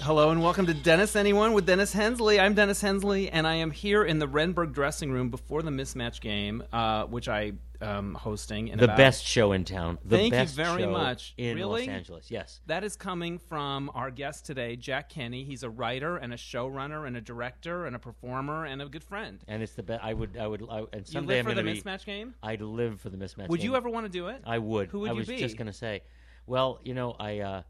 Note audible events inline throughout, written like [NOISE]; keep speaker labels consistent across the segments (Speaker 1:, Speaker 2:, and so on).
Speaker 1: Hello and welcome to Dennis Anyone with Dennis Hensley. I'm Dennis Hensley, and I am here in the Renberg dressing room before the mismatch game, uh, which I am hosting. In
Speaker 2: The
Speaker 1: about-
Speaker 2: best show in town. The
Speaker 1: Thank you
Speaker 2: best
Speaker 1: very
Speaker 2: show
Speaker 1: much.
Speaker 2: in
Speaker 1: Really?
Speaker 2: Los Angeles. Yes.
Speaker 1: That is coming from our guest today, Jack Kenny. He's a writer and a showrunner and a director and a performer and a good friend.
Speaker 2: And it's the best. I would. I would. I, and
Speaker 1: You
Speaker 2: someday
Speaker 1: live for
Speaker 2: I'm
Speaker 1: the
Speaker 2: going to be.
Speaker 1: mismatch game?
Speaker 2: I'd live for the mismatch.
Speaker 1: Would
Speaker 2: game.
Speaker 1: you ever want to do it?
Speaker 2: I would.
Speaker 1: Who would
Speaker 2: I
Speaker 1: you
Speaker 2: was
Speaker 1: be?
Speaker 2: just going to say. Well, you know, I, uh,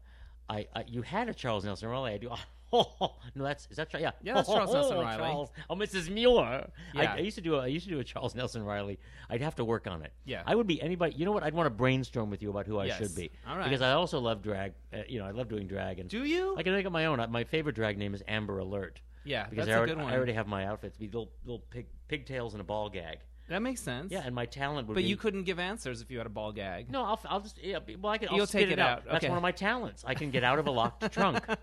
Speaker 2: I, I, you had a Charles Nelson Riley. I do. [LAUGHS] Oh, no, that's is that Charles? Yeah,
Speaker 1: Yeah, that's Charles Nelson
Speaker 2: [LAUGHS] Oh,
Speaker 1: Riley.
Speaker 2: Charles. Oh, Mrs. Mueller.
Speaker 1: Yeah.
Speaker 2: I, I used to do. A, I used to do a Charles Nelson Riley. I'd have to work on it.
Speaker 1: Yeah.
Speaker 2: I would be anybody. You know what? I'd want to brainstorm with you about who I
Speaker 1: Yes.
Speaker 2: should be.
Speaker 1: All right.
Speaker 2: Because I also love drag. Uh, you know, I love doing drag. And
Speaker 1: Do you?
Speaker 2: I can make up my own. Uh, My favorite drag name is Amber Alert.
Speaker 1: yeah,
Speaker 2: Because
Speaker 1: that's
Speaker 2: I, already,
Speaker 1: a good one.
Speaker 2: I already have my outfits. Be little little pig, pigtails and a ball gag.
Speaker 1: that makes sense.
Speaker 2: Yeah, and my talent would
Speaker 1: but
Speaker 2: be.
Speaker 1: you couldn't give answers if you had a ball gag.
Speaker 2: No, I'll, I'll just. Yeah, be- well, I can. I'll
Speaker 1: You'll
Speaker 2: spit
Speaker 1: take it
Speaker 2: out.
Speaker 1: out.
Speaker 2: That's
Speaker 1: Okay.
Speaker 2: one of my talents. I can get out of a
Speaker 1: [LAUGHS]
Speaker 2: locked trunk.
Speaker 1: [LAUGHS]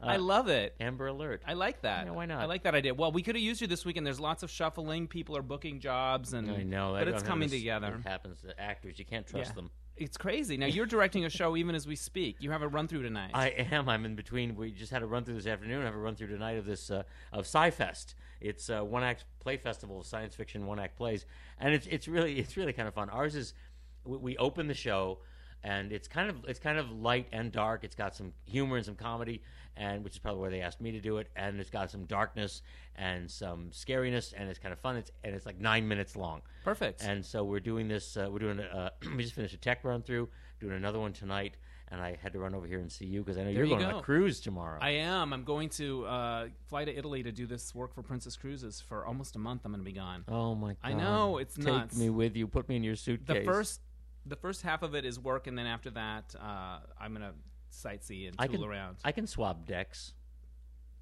Speaker 2: Uh,
Speaker 1: I love it.
Speaker 2: Amber Alert.
Speaker 1: I like that.
Speaker 2: Yeah, why not?
Speaker 1: I like that idea. Well, we could have used you this weekend. There's lots of shuffling. People are booking jobs, and
Speaker 2: I know.
Speaker 1: but
Speaker 2: I-
Speaker 1: it's
Speaker 2: I-
Speaker 1: coming
Speaker 2: this-
Speaker 1: together.
Speaker 2: It happens to actors. You can't trust
Speaker 1: Yeah.
Speaker 2: them.
Speaker 1: It's crazy. Now you're directing a show even as we speak. You have a run through tonight.
Speaker 2: [LAUGHS] I am. I'm in between. We just had a run through this afternoon. I have a run through tonight of this uh, of Sci-Fest. It's a one act play festival of science fiction one act plays, and it's it's really it's really kind of fun. Ours is we, we open the show, and it's kind of it's kind of light and dark. It's got some humor and some comedy, and which is probably why they asked me to do it. And it's got some darkness and some scariness, and it's kind of fun. It's and it's like nine minutes long.
Speaker 1: Perfect.
Speaker 2: And so we're doing this. Uh, we're doing. Uh, [CLEARS THROAT] we just finished a tech run through. Doing another one tonight. And I had to run over here and see you because I know you're
Speaker 1: you
Speaker 2: going on
Speaker 1: go.
Speaker 2: a cruise tomorrow.
Speaker 1: I am. I'm going to uh, fly to Italy to do this work for Princess Cruises for almost a month. I'm going to be gone.
Speaker 2: oh my god!
Speaker 1: I know, it's
Speaker 2: Take
Speaker 1: nuts.
Speaker 2: me with you. Put me in your
Speaker 1: the
Speaker 2: suitcase.
Speaker 1: first, the first half of it is work, and then after that, uh, I'm going to sightsee and tool
Speaker 2: I can
Speaker 1: around.
Speaker 2: I can swab decks.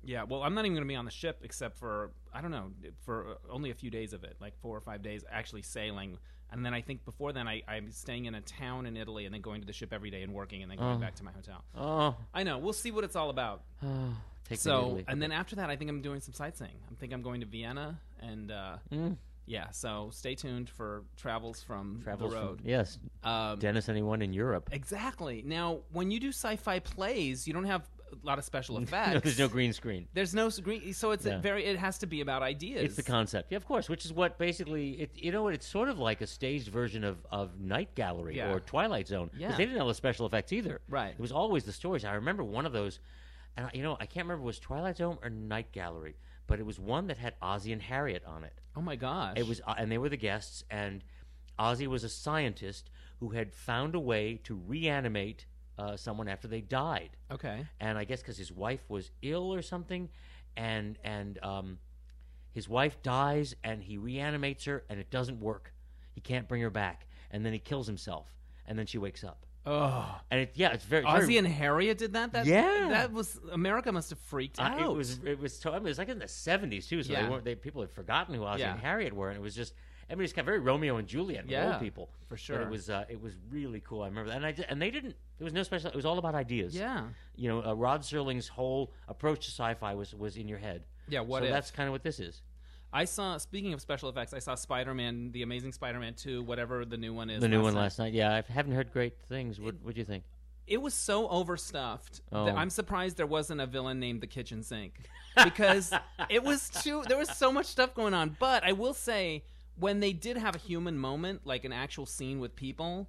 Speaker 1: Yeah, well, I'm not even going to be on the ship except for I don't know for only a few days of it, like four or five days actually sailing, and then I think before then I, I'm staying in a town in Italy and then going to the ship every day and working and then
Speaker 2: Mm.
Speaker 1: going back to my hotel.
Speaker 2: Oh,
Speaker 1: I know. We'll see what it's all about.
Speaker 2: oh [SIGHS] take me. to
Speaker 1: So,
Speaker 2: Italy.
Speaker 1: and then after that, I think I'm doing some sightseeing. I think I'm going to Vienna and uh,
Speaker 2: Mm.
Speaker 1: yeah. So stay tuned for travels from
Speaker 2: Travels
Speaker 1: the
Speaker 2: from-
Speaker 1: road.
Speaker 2: yes,
Speaker 1: Um,
Speaker 2: Dennis. Anyone in Europe?
Speaker 1: exactly. Now, when you do sci-fi plays, you don't have a lot of
Speaker 2: [LAUGHS]
Speaker 1: special effects.
Speaker 2: No, there's no green screen.
Speaker 1: There's no screen, so it's a
Speaker 2: Yeah.
Speaker 1: very. It has to be about ideas.
Speaker 2: It's the concept, yeah, of course, which is what basically it. You know, what, it's sort of like a staged version of, of Night Gallery
Speaker 1: Yeah.
Speaker 2: or Twilight Zone 'cause
Speaker 1: Yeah.
Speaker 2: they didn't have the special effects either.
Speaker 1: Right.
Speaker 2: It was always the stories. I remember one of those, and I, you know, I can't remember was Twilight Zone or Night Gallery, but it was one that had Ozzy and Harriet on it.
Speaker 1: oh my gosh!
Speaker 2: It was, uh, and they were the guests, and Ozzy was a scientist who had found a way to reanimate uh, someone after they died
Speaker 1: okay.
Speaker 2: and I guess because his wife was ill or something, and and um, his wife dies, and he reanimates her, and it doesn't work. He can't bring her back, and then he kills himself, and then she wakes up,
Speaker 1: Oh,
Speaker 2: and it, yeah, it's very
Speaker 1: Ozzy
Speaker 2: very,
Speaker 1: and Harriet did that. That
Speaker 2: Yeah.
Speaker 1: that was America must have freaked
Speaker 2: uh,
Speaker 1: out.
Speaker 2: it was it was to- I mean, it was like in the seventies too, so
Speaker 1: Yeah.
Speaker 2: they weren't they people had forgotten who Ozzy
Speaker 1: Yeah.
Speaker 2: and Harriet were, and it was just I mean it's kind of very Romeo and Juliet with
Speaker 1: Yeah,
Speaker 2: old people
Speaker 1: for
Speaker 2: But
Speaker 1: sure.
Speaker 2: it was uh, it was really cool. I remember that, and I did, and they didn't. It was no special. It was all about ideas.
Speaker 1: yeah,
Speaker 2: you know, uh, Rod Serling's whole approach to sci-fi was was in your head.
Speaker 1: Yeah, what
Speaker 2: so
Speaker 1: if?
Speaker 2: that's kind of what this is.
Speaker 1: I saw. Speaking of special effects, I saw Spider-Man, the Amazing Spider-Man two, whatever the new one is.
Speaker 2: The new one
Speaker 1: night.
Speaker 2: last night. Yeah, I haven't heard great things. What what do you think?
Speaker 1: It was so overstuffed.
Speaker 2: Oh.
Speaker 1: That I'm surprised there wasn't a villain named the Kitchen Sink
Speaker 2: [LAUGHS]
Speaker 1: because it was too. There was so much stuff going on. But I will say, when they did have a human moment, like an actual scene with people,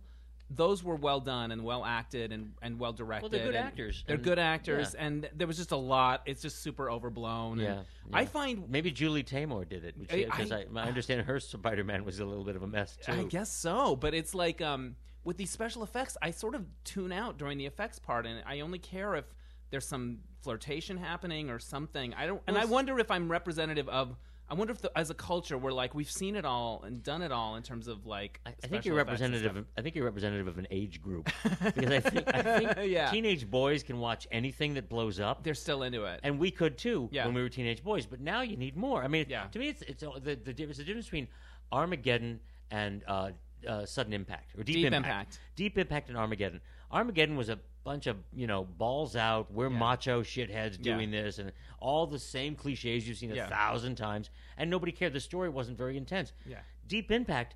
Speaker 1: those were well done and well acted and, and well directed.
Speaker 2: good
Speaker 1: and
Speaker 2: actors,
Speaker 1: They're
Speaker 2: and-
Speaker 1: good actors,
Speaker 2: yeah.
Speaker 1: and there was just a lot. It's just super overblown. and
Speaker 2: Yeah,
Speaker 1: I
Speaker 2: yeah.
Speaker 1: find.
Speaker 2: Maybe Julie Taymor did it
Speaker 1: I-
Speaker 2: because I, I, understand her Spider-Man was a little bit of a mess too.
Speaker 1: I guess so, but it's like um, with these special effects, I sort of tune out during the effects part, and I only care if there's some flirtation happening or something. I don't, and I wonder if I'm representative of. I wonder if, the, as a culture, we're like we've seen it all and done it all in terms of like.
Speaker 2: I, I
Speaker 1: special
Speaker 2: think you're
Speaker 1: effects and
Speaker 2: representative.
Speaker 1: stuff.
Speaker 2: Of, I think you're representative of an age group
Speaker 1: [LAUGHS]
Speaker 2: because I think, I think
Speaker 1: Yeah.
Speaker 2: teenage boys can watch anything that blows up.
Speaker 1: They're still into it.
Speaker 2: and we could too
Speaker 1: Yeah.
Speaker 2: when we were teenage boys. But now you need more. I mean,
Speaker 1: Yeah.
Speaker 2: to me, it's it's all- the the difference, the difference between Armageddon and uh, uh, sudden impact or deep,
Speaker 1: Deep
Speaker 2: impact.
Speaker 1: Impact.
Speaker 2: Deep impact and Armageddon. Armageddon was a bunch of you know balls out. We're macho shitheads
Speaker 1: Yeah.
Speaker 2: doing this and all the same cliches you've seen
Speaker 1: Yeah.
Speaker 2: a thousand times, and nobody cared. The story wasn't very intense.
Speaker 1: Yeah.
Speaker 2: Deep impact.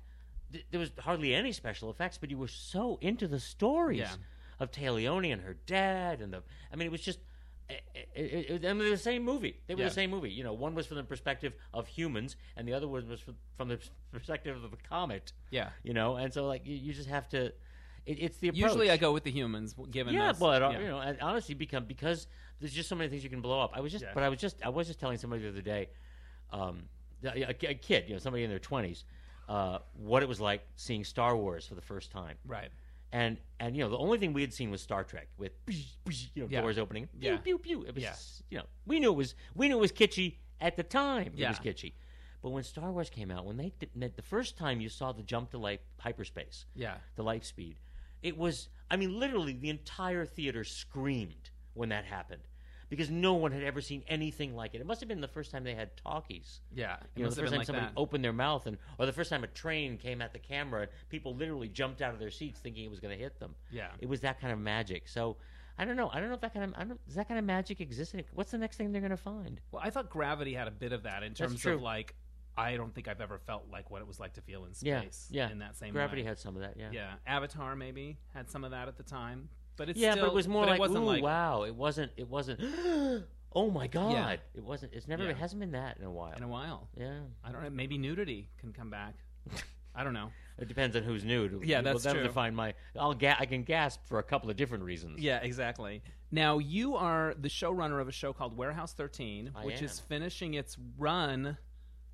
Speaker 2: th- There was hardly any special effects, but you were so into the stories
Speaker 1: Yeah.
Speaker 2: of Taleone and her dad, and the. I mean, it was just eh, it, it, it, I mean, they're the same movie. They were
Speaker 1: Yeah.
Speaker 2: the same movie. You know, one was from the perspective of humans, and the other one was from the perspective of the comet.
Speaker 1: Yeah.
Speaker 2: You know, and so like you, you just have to. It, it's the approach.
Speaker 1: Usually I go with the humans, w- given
Speaker 2: Yeah,
Speaker 1: this.
Speaker 2: but uh,
Speaker 1: yeah.
Speaker 2: you know, and honestly, become because there's just so many things you can blow up. I was just,
Speaker 1: Yeah.
Speaker 2: but I was just, I was just telling somebody the other day, um, a, a ki- a kid, you know, somebody in their twenties, uh, what it was like seeing Star Wars for the first time,
Speaker 1: right.
Speaker 2: and and you know, the only thing we had seen was Star Trek with you know
Speaker 1: Yeah.
Speaker 2: doors opening, pew,
Speaker 1: Yeah.
Speaker 2: pew pew. It was,
Speaker 1: Yeah.
Speaker 2: you know, we knew it was, we knew it was kitschy at the time. It
Speaker 1: Yeah.
Speaker 2: was kitschy. But when Star Wars came out, when they did, the first time you saw the jump to like hyperspace,
Speaker 1: Yeah.
Speaker 2: the light speed. It was, I mean, literally the entire theater screamed when that happened because no one had ever seen anything like it. It must have been the first time they had talkies.
Speaker 1: Yeah. It
Speaker 2: You know,
Speaker 1: must have
Speaker 2: the first
Speaker 1: been
Speaker 2: time
Speaker 1: like
Speaker 2: somebody
Speaker 1: that.
Speaker 2: opened their mouth, and or the first time a train came at the camera, and people literally jumped out of their seats thinking it was going to hit them.
Speaker 1: yeah.
Speaker 2: It was that kind of magic. So I don't know. I don't know if that kind of I don't, does that kind of magic exist. in- What's the next thing they're going to find?
Speaker 1: Well, I thought Gravity had a bit of that in terms
Speaker 2: true.
Speaker 1: of like, I don't think I've ever felt like what it was like to feel in
Speaker 2: Yeah,
Speaker 1: space.
Speaker 2: yeah.
Speaker 1: In that same
Speaker 2: Gravity
Speaker 1: way.
Speaker 2: had some of that. Yeah.
Speaker 1: yeah. Avatar maybe had some of that at the time, but it's
Speaker 2: yeah,
Speaker 1: still,
Speaker 2: but it was more like,
Speaker 1: it wasn't
Speaker 2: "Ooh,
Speaker 1: like
Speaker 2: wow. It wasn't. It wasn't. [GASPS] oh my god. It wasn't. It's never.
Speaker 1: Yeah.
Speaker 2: It hasn't been that in a while.
Speaker 1: in a while.
Speaker 2: yeah,
Speaker 1: I don't know. Maybe nudity can come back.
Speaker 2: [LAUGHS]
Speaker 1: I don't know.
Speaker 2: it depends on who's nude.
Speaker 1: Yeah, that's
Speaker 2: that'll
Speaker 1: true.
Speaker 2: define my. I'll ga- I can gasp for a couple of different reasons.
Speaker 1: Yeah, exactly. Now you are the showrunner of a show called Warehouse 13,
Speaker 2: I
Speaker 1: which is
Speaker 2: am.
Speaker 1: finishing its run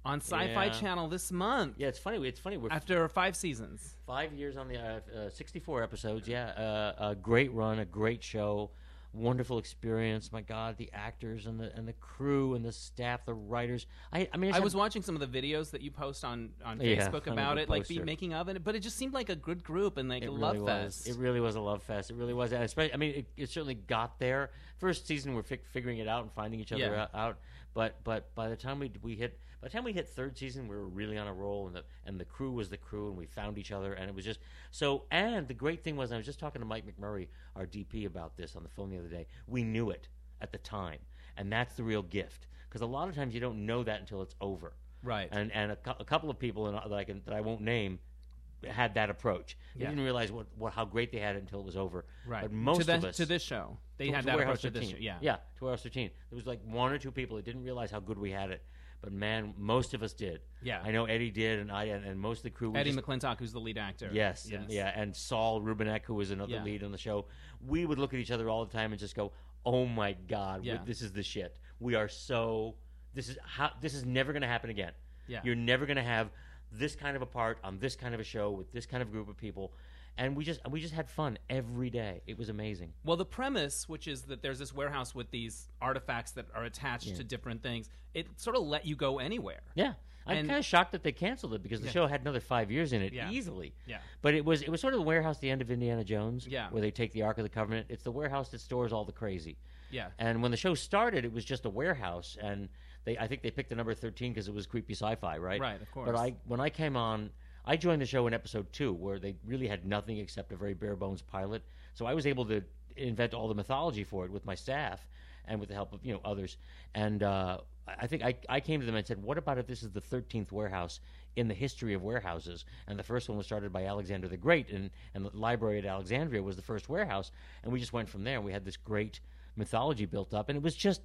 Speaker 1: on Sci-Fi
Speaker 2: Yeah.
Speaker 1: Channel this month
Speaker 2: Yeah, it's funny. It's funny. We're
Speaker 1: after five seasons.
Speaker 2: five years on the uh, uh, 64 episodes. Yeah, uh, a great run, a great show, wonderful experience. My God, the actors and the and the crew and the staff, the writers. I, I mean,
Speaker 1: I
Speaker 2: just
Speaker 1: was watching some of the videos that you post on on
Speaker 2: Yeah,
Speaker 1: Facebook
Speaker 2: I'm a
Speaker 1: about
Speaker 2: good
Speaker 1: it, like the
Speaker 2: poster.
Speaker 1: making of it. But it just seemed like a good group and like a love
Speaker 2: really
Speaker 1: fest.
Speaker 2: Was. It really was a love fest. It really was. And especially, I mean, it, it certainly got there. First season, we're fi- figuring it out and finding each other
Speaker 1: Yeah.
Speaker 2: out, out. But but by the time we we hit by the time we hit third season, we were really on a roll, and the and the crew was the crew, and we found each other, and it was just so. And the great thing was, I was just talking to Mike McMurray, our DP, about this on the phone the other day. We knew it at the time, and that's the real gift because a lot of times you don't know that until it's over
Speaker 1: right.
Speaker 2: and and a, cou- a couple of people in, that I can that I won't name had that approach. They
Speaker 1: Yeah.
Speaker 2: didn't realize what, what how great they had it until it was over.
Speaker 1: right.
Speaker 2: But most
Speaker 1: to, the-
Speaker 2: of us
Speaker 1: to this show, they
Speaker 2: to-
Speaker 1: had
Speaker 2: to
Speaker 1: that
Speaker 2: Warehouse
Speaker 1: approach to this
Speaker 2: 13.
Speaker 1: show. Yeah.
Speaker 2: yeah, to warehouse thirteen. There was like one or two people that didn't realize how good we had it, but man, most of us did.
Speaker 1: Yeah.
Speaker 2: I know Eddie did, and I and, and most of the crew. we
Speaker 1: Eddie
Speaker 2: just-
Speaker 1: McClintock, who's the lead actor.
Speaker 2: Yes, And, yeah, and Saul Rubinek, who was another
Speaker 1: Yeah.
Speaker 2: lead on the show. We would look at each other all the time and just go, "Oh my God,
Speaker 1: Yeah.
Speaker 2: this is the shit. We are so. This is how. This is never going to happen again.
Speaker 1: Yeah.
Speaker 2: You're never going to have this kind of a part on this kind of a show with this kind of group of people." And we just we just had fun every day. It was amazing.
Speaker 1: Well, the premise, which is that there's this warehouse with these artifacts that are attached to different things, it sort of let you go anywhere.
Speaker 2: Yeah, I'm
Speaker 1: And-
Speaker 2: kind of shocked that they canceled it because the
Speaker 1: Yeah.
Speaker 2: show had another five years in it
Speaker 1: Yeah.
Speaker 2: easily.
Speaker 1: Yeah.
Speaker 2: But it was it was sort of the warehouse at the end of Indiana Jones,
Speaker 1: Yeah.
Speaker 2: where they take the Ark of the Covenant. It's the warehouse that stores all the crazy.
Speaker 1: Yeah.
Speaker 2: And when the show started, it was just a warehouse, and they I think they picked the number thirteen because it was creepy sci-fi, right?
Speaker 1: Right, of course.
Speaker 2: But I when I came on, I joined the show in episode two, where they really had nothing except a very bare bones pilot. So I was able to invent all the mythology for it with my staff and with the help of you know others. And uh, I I think I, I came to them and said, "What about if this is the thirteenth warehouse?" In the history of warehouses, and the first one was started by Alexander the Great, and, and the library at Alexandria was the first warehouse, and we just went from there. We had this great mythology built up and it was just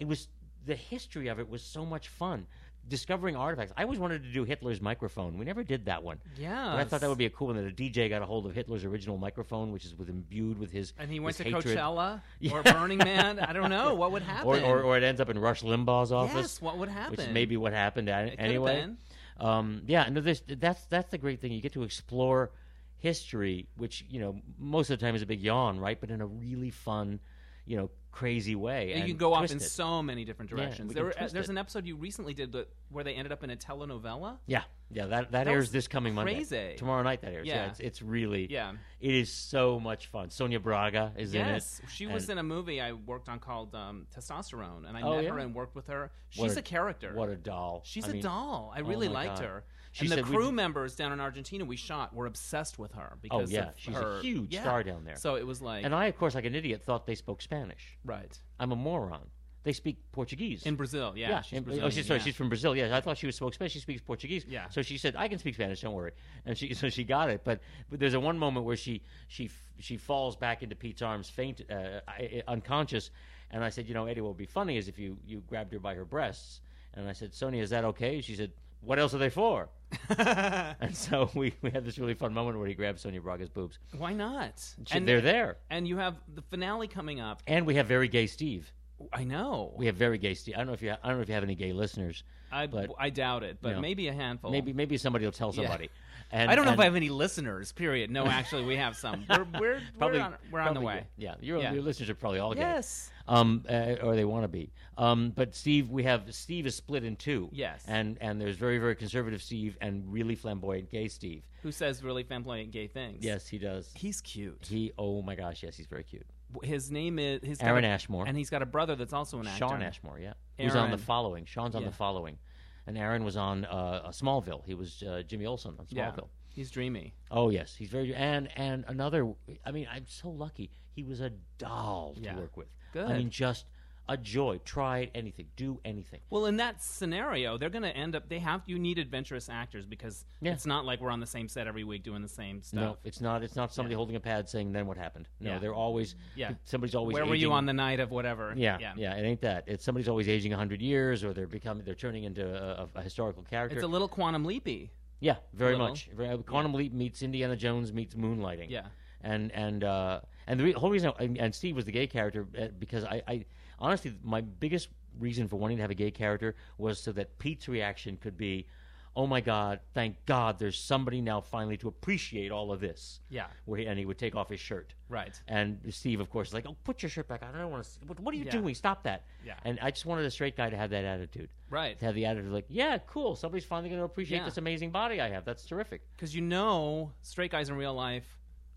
Speaker 2: it was the history of it was so much fun discovering artifacts i always wanted to do hitler's microphone we never did that one
Speaker 1: Yeah.
Speaker 2: but i thought that would be a cool one that a dj got a hold of hitler's original microphone which is with imbued with his
Speaker 1: And he went
Speaker 2: his
Speaker 1: to
Speaker 2: hatred. [LAUGHS]
Speaker 1: Coachella or Burning Man. I don't know what would happen.
Speaker 2: or, or, or it ends up in rush limbaugh's office
Speaker 1: yes, what would happen?
Speaker 2: which is maybe what happened an-
Speaker 1: could've
Speaker 2: anyway
Speaker 1: been.
Speaker 2: um, yeah no this that's that's the great thing you get to explore history which you know most of the time is a big yawn right but in a really fun you know crazy way
Speaker 1: And
Speaker 2: and
Speaker 1: you can go off
Speaker 2: twist
Speaker 1: in
Speaker 2: it.
Speaker 1: so many different
Speaker 2: Yeah,
Speaker 1: directions.
Speaker 2: we
Speaker 1: there
Speaker 2: can
Speaker 1: were, uh,
Speaker 2: twist
Speaker 1: there's
Speaker 2: it.
Speaker 1: an episode you recently did that, where they ended up in a telenovela.
Speaker 2: Yeah, yeah. That that,
Speaker 1: That was
Speaker 2: airs this coming
Speaker 1: crazy.
Speaker 2: Monday. Tomorrow night that airs. Yeah,
Speaker 1: Yeah.
Speaker 2: it's, it's really.
Speaker 1: Yeah.
Speaker 2: It is so much fun. Sonia Braga is in it.
Speaker 1: Yes, she was
Speaker 2: and-
Speaker 1: in a movie I worked on called um, Testosterone, and I
Speaker 2: Oh,
Speaker 1: met
Speaker 2: yeah.
Speaker 1: her and worked with her.
Speaker 2: What
Speaker 1: She's
Speaker 2: a-
Speaker 1: a character.
Speaker 2: What a doll.
Speaker 1: She's
Speaker 2: I
Speaker 1: a
Speaker 2: mean,
Speaker 1: doll. I
Speaker 2: oh
Speaker 1: really
Speaker 2: my
Speaker 1: liked
Speaker 2: God.
Speaker 1: her.
Speaker 2: She
Speaker 1: and the
Speaker 2: said we
Speaker 1: crew
Speaker 2: did-
Speaker 1: members down in Argentina we shot were obsessed with her
Speaker 2: Oh
Speaker 1: because
Speaker 2: yeah,
Speaker 1: of
Speaker 2: she's
Speaker 1: her.
Speaker 2: a huge
Speaker 1: yeah.
Speaker 2: star down there.
Speaker 1: So it was like
Speaker 2: and I, of course, like an idiot, thought they spoke Spanish.
Speaker 1: right
Speaker 2: I'm a moron. They speak Portuguese.
Speaker 1: in Brazil. Yeah, she's
Speaker 2: in-
Speaker 1: Brazilian.
Speaker 2: oh, she's sorry,
Speaker 1: yeah.
Speaker 2: she's from Brazil. Yeah, I thought she was spoke Spanish. She speaks Portuguese.
Speaker 1: Yeah.
Speaker 2: So she said, "I can speak Spanish. Don't worry." And she [LAUGHS] so she got it. But, but there's a one moment where she she f- she falls back into Pete's arms, faint, uh, I, I- unconscious, And I said, you know, Eddie, what would be funny is if you you grabbed her by her breasts. And I said, Sonia, is that okay? She said, what else are they for?
Speaker 1: [LAUGHS]
Speaker 2: [LAUGHS] and so we, we had this really fun moment where he grabbed Sonia Braga's boobs.
Speaker 1: Why not?
Speaker 2: She- they're there.
Speaker 1: and you have the finale coming up.
Speaker 2: And we have very gay Steve.
Speaker 1: I know.
Speaker 2: We have very gay Steve. I don't know if you ha- I don't know if you have any gay listeners.
Speaker 1: I
Speaker 2: but-
Speaker 1: I doubt it, but
Speaker 2: No.
Speaker 1: maybe a handful.
Speaker 2: Maybe maybe somebody will tell
Speaker 1: Oh. Yeah.
Speaker 2: somebody. And
Speaker 1: I don't know
Speaker 2: and
Speaker 1: if I have any listeners. Period. No, actually, we have
Speaker 2: [LAUGHS]
Speaker 1: some. We're we're,
Speaker 2: probably-
Speaker 1: we're on we're on the way.
Speaker 2: probably- Yeah, your,
Speaker 1: Yeah.
Speaker 2: your listeners are probably all gay.
Speaker 1: Yes.
Speaker 2: um, uh, or they want to be. Um, but Steve, we have Steve is split in two.
Speaker 1: Yes.
Speaker 2: and and there's very very conservative Steve and really flamboyant gay Steve.
Speaker 1: Who says really flamboyant gay things?
Speaker 2: Yes, he does.
Speaker 1: He's cute.
Speaker 2: He oh my gosh, yes, he's very cute.
Speaker 1: His name is he's got
Speaker 2: Aaron
Speaker 1: a-
Speaker 2: Ashmore,
Speaker 1: and he's got a brother that's also an actor.
Speaker 2: Sean Ashmore, yeah, who's on
Speaker 1: Aaron.
Speaker 2: the following. Sean's on
Speaker 1: Yeah.
Speaker 2: the following, and Aaron was on uh, uh, Smallville. He was uh, Jimmy Olsen on Smallville.
Speaker 1: Yeah. He's dreamy.
Speaker 2: Oh yes, he's very and and another. I mean, I'm so lucky. He was a doll to
Speaker 1: Yeah.
Speaker 2: work with. I
Speaker 1: Good.
Speaker 2: mean, just a joy. Try anything, do anything.
Speaker 1: Well, in that scenario, they're going to end up. They have you need adventurous actors because
Speaker 2: Yeah.
Speaker 1: it's not like we're on the same set every week doing the same
Speaker 2: No,
Speaker 1: stuff.
Speaker 2: it's not. It's not somebody holding a pad saying, "Then what happened?" No,
Speaker 1: Yeah.
Speaker 2: they're always.
Speaker 1: Yeah.
Speaker 2: somebody's always.
Speaker 1: Where were you
Speaker 2: aging-
Speaker 1: on the night of whatever?
Speaker 2: Yeah,
Speaker 1: yeah.
Speaker 2: yeah, It ain't that. It's somebody's always aging hundred years, or they're becoming, they're turning into a, a, a historical character.
Speaker 1: It's a little quantum leapy.
Speaker 2: yeah, very
Speaker 1: little.
Speaker 2: much. Very, uh, Quantum Leap meets Indiana Jones meets Moonlighting.
Speaker 1: Yeah.
Speaker 2: and and uh, and the re- whole reason, and, and Steve was the gay character uh, because I, I honestly my biggest reason for wanting to have a gay character was so that Pete's reaction could be, "Oh my God, thank God, there's somebody now finally to appreciate all of this."
Speaker 1: Yeah.
Speaker 2: where he, and he would take off his shirt.
Speaker 1: Right.
Speaker 2: And Steve, of course, is like, "Oh, put your shirt back on. I don't want to. See, what, what are you
Speaker 1: Yeah.
Speaker 2: doing? Stop that!"
Speaker 1: Yeah.
Speaker 2: And I just wanted a straight guy to have that attitude,
Speaker 1: Right.
Speaker 2: to have the attitude like, "Yeah, cool. Somebody's finally going to appreciate
Speaker 1: Yeah.
Speaker 2: this amazing body I have. That's terrific."
Speaker 1: Because you know, straight guys in real life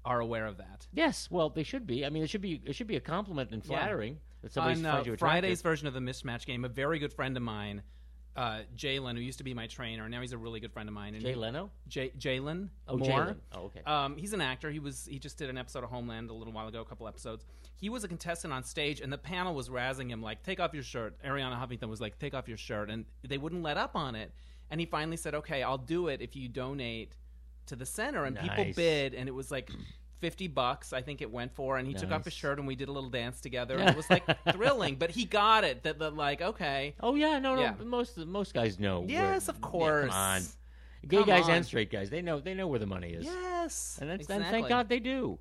Speaker 1: are aware of that.
Speaker 2: Yes. Well, they should be. I mean, it should be. It should be a compliment and flattering that somebody
Speaker 1: On uh,
Speaker 2: finds you attractive.
Speaker 1: Friday's version of the mismatch game, a very good friend of mine, uh, Jalen, who used to be my trainer, now he's a really good friend of mine. And
Speaker 2: Jay Leno.
Speaker 1: J- Jalen
Speaker 2: Oh,
Speaker 1: Moore.
Speaker 2: Jalen. Oh, okay.
Speaker 1: Um, he's an actor. He was he just did an episode of Homeland a little while ago, a couple episodes. He was a contestant on stage, and the panel was razzing him like, "Take off your shirt." Ariana Huffington was like, "Take off your shirt," and they wouldn't let up on it. And he finally said, "Okay, I'll do it if you donate to the center." And people
Speaker 2: Nice.
Speaker 1: bid, and it was like. 50 bucks I think it went for and he took off his
Speaker 2: Nice.
Speaker 1: shirt and we did a little dance together and it was
Speaker 2: [LAUGHS]
Speaker 1: like thrilling but he got it that, that like okay
Speaker 2: oh yeah. No, no.
Speaker 1: Yeah.
Speaker 2: Most most guys know. where-
Speaker 1: yes of
Speaker 2: Yeah,
Speaker 1: course
Speaker 2: come on. Gay
Speaker 1: Come
Speaker 2: guys
Speaker 1: on.
Speaker 2: and straight guys. They know. They know where the money is.
Speaker 1: yes
Speaker 2: And, that's, and
Speaker 1: exactly.
Speaker 2: thank God they do.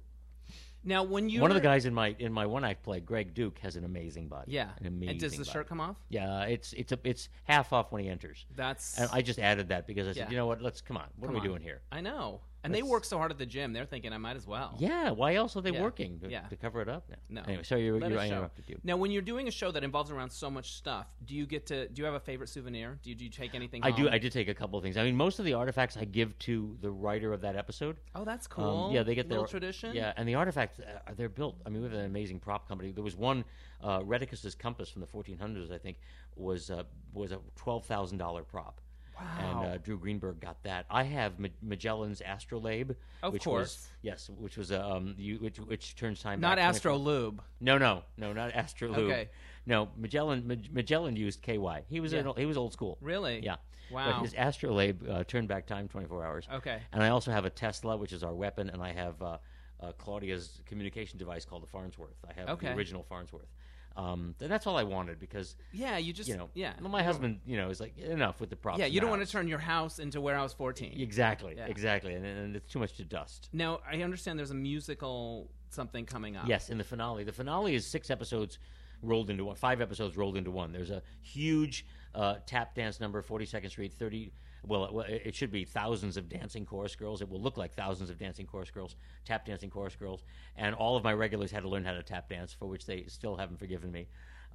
Speaker 1: now when you
Speaker 2: One of the guys in my in my one act play, Greg Duke, has an amazing body.
Speaker 1: Yeah.
Speaker 2: an amazing.
Speaker 1: And does the
Speaker 2: body.
Speaker 1: shirt come off?
Speaker 2: Yeah, it's it's a, it's half off when he enters.
Speaker 1: That's
Speaker 2: And I just added that because I said,
Speaker 1: Yeah.
Speaker 2: you know what? Let's come on. What
Speaker 1: Come
Speaker 2: are we
Speaker 1: on.
Speaker 2: doing here?
Speaker 1: I know. And they
Speaker 2: That's-
Speaker 1: work so hard at the gym, they're thinking I might as well.
Speaker 2: Yeah. Why else are they
Speaker 1: Oh. Yeah.
Speaker 2: working to,
Speaker 1: Yeah.
Speaker 2: to cover it up now?
Speaker 1: No.
Speaker 2: Anyway, sorry, you,
Speaker 1: Let
Speaker 2: you,
Speaker 1: us
Speaker 2: I
Speaker 1: show.
Speaker 2: interrupted you.
Speaker 1: Now, when you're doing a show that involves around so much stuff, do you get to? Do you have a favorite souvenir? Do you, do you take anything?
Speaker 2: I do.
Speaker 1: home?
Speaker 2: I did take a couple of things. I mean, most of the artifacts I give to the writer of that episode.
Speaker 1: oh, that's
Speaker 2: Um,
Speaker 1: cool.
Speaker 2: yeah, they get
Speaker 1: little
Speaker 2: their
Speaker 1: tradition.
Speaker 2: Yeah, and the artifacts uh, they're built. I mean, we have an amazing prop company. There was one uh, Reticus's compass from the 1400s. I think was uh, was a twelve thousand dollar prop.
Speaker 1: Wow.
Speaker 2: And uh, Drew Greenberg got that. I have Ma- Magellan's astrolabe,
Speaker 1: Of
Speaker 2: which was
Speaker 1: course.
Speaker 2: yes, which was uh, um, you, which which turns time
Speaker 1: Not
Speaker 2: back 24
Speaker 1: astrolube.
Speaker 2: no, no, no, not astrolabe.
Speaker 1: Okay.
Speaker 2: No, Magellan Ma- Magellan used KY. He was an,
Speaker 1: Yeah.
Speaker 2: he was old school.
Speaker 1: Really?
Speaker 2: Yeah. But
Speaker 1: Wow. Oh.
Speaker 2: his astrolabe uh, turned back time 24 hours.
Speaker 1: Okay.
Speaker 2: And I also have a Tesla, which is our weapon, and I have uh, uh, Claudia's communication device called the Farnsworth. I have
Speaker 1: Okay.
Speaker 2: the original Farnsworth. Um, and that's all I wanted because
Speaker 1: Yeah, you just
Speaker 2: you know,
Speaker 1: yeah.
Speaker 2: well, my husband, you know, is like enough with the props.
Speaker 1: yeah,
Speaker 2: in
Speaker 1: you
Speaker 2: the
Speaker 1: don't want to
Speaker 2: house."
Speaker 1: turn your house into Warehouse 14.
Speaker 2: Exactly,
Speaker 1: Yeah.
Speaker 2: exactly, and, and it's too much to dust.
Speaker 1: Now, I understand there's a musical something coming up.
Speaker 2: Yes, in the finale. The finale is six episodes rolled into one, five episodes rolled into one. There's a huge uh, tap dance number, 42nd Street, 30. Well, it- well, it, it should be thousands of dancing chorus girls. It will look like thousands of dancing chorus girls, tap dancing chorus girls. And all of my regulars had to learn how to tap dance, for which they still haven't forgiven me.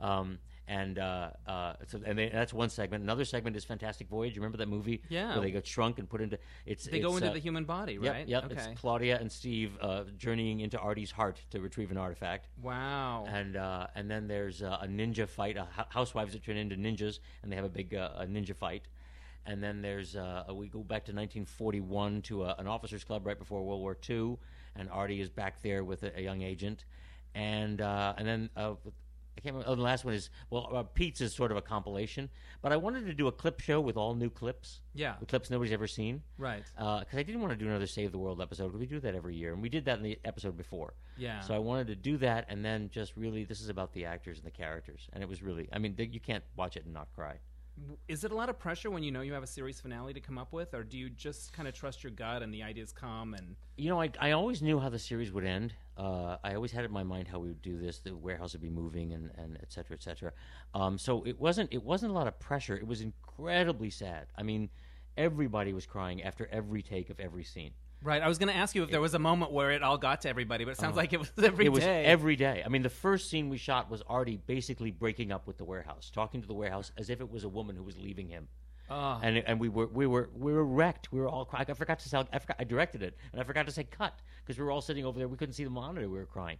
Speaker 2: Um, and uh, uh, so, and they, that's one segment. Another segment is Fantastic Voyage. Remember that movie?
Speaker 1: Yeah.
Speaker 2: Where they got shrunk and put into it's.
Speaker 1: They go
Speaker 2: it's,
Speaker 1: into
Speaker 2: uh,
Speaker 1: the human body,
Speaker 2: Yep,
Speaker 1: right?
Speaker 2: yep.
Speaker 1: Okay.
Speaker 2: It's Claudia and Steve uh, journeying into Artie's heart to retrieve an artifact,
Speaker 1: wow.
Speaker 2: and uh, and then there's uh, a ninja fight. Uh, hou- housewives that turn into ninjas, and they have a big uh, a ninja fight. And then there's uh, we go back to 1941 to uh, an officers' club right before World War II, and Artie is back there with a, a young agent, and uh, and then uh, I can't remember. Oh, the last one is well, uh, Pete's is sort of a compilation. But I wanted to do a clip show with all new clips,
Speaker 1: Yeah.
Speaker 2: with clips nobody's ever seen,
Speaker 1: Right.
Speaker 2: because Uh, I didn't want to do another Save the World episode. 'cause We do that every year, and we did that in the episode before.
Speaker 1: Yeah.
Speaker 2: So I wanted to do that, and then just really, this is about the actors and the characters, and it was really. I mean, th- you can't watch it and not cry.
Speaker 1: W- Is it a lot of pressure when you know you have a series finale to come up with, or do you just kind of trust your gut and the ideas come and
Speaker 2: You know, I, I always knew how the series would end. Uh, I always had in my mind how we would do this. The warehouse would be moving, and, and et cetera, et cetera. Um, so it wasn't it wasn't a lot of pressure. It was incredibly sad. I mean, everybody was crying after every take of every scene.
Speaker 1: Right. I was going to ask you if there was a moment where it all got to everybody, but it sounds like Uh-huh. it was every day.
Speaker 2: it was every day. I mean, the first scene we shot was Artie basically breaking up with the warehouse, talking to the warehouse as if it was a woman who was leaving him.
Speaker 1: Ah.
Speaker 2: and and we were we were we were wrecked. We were all crying. I forgot to say I, forgot, I directed it, and I forgot to say cut because we were all sitting over there. We couldn't see the monitor. We were crying,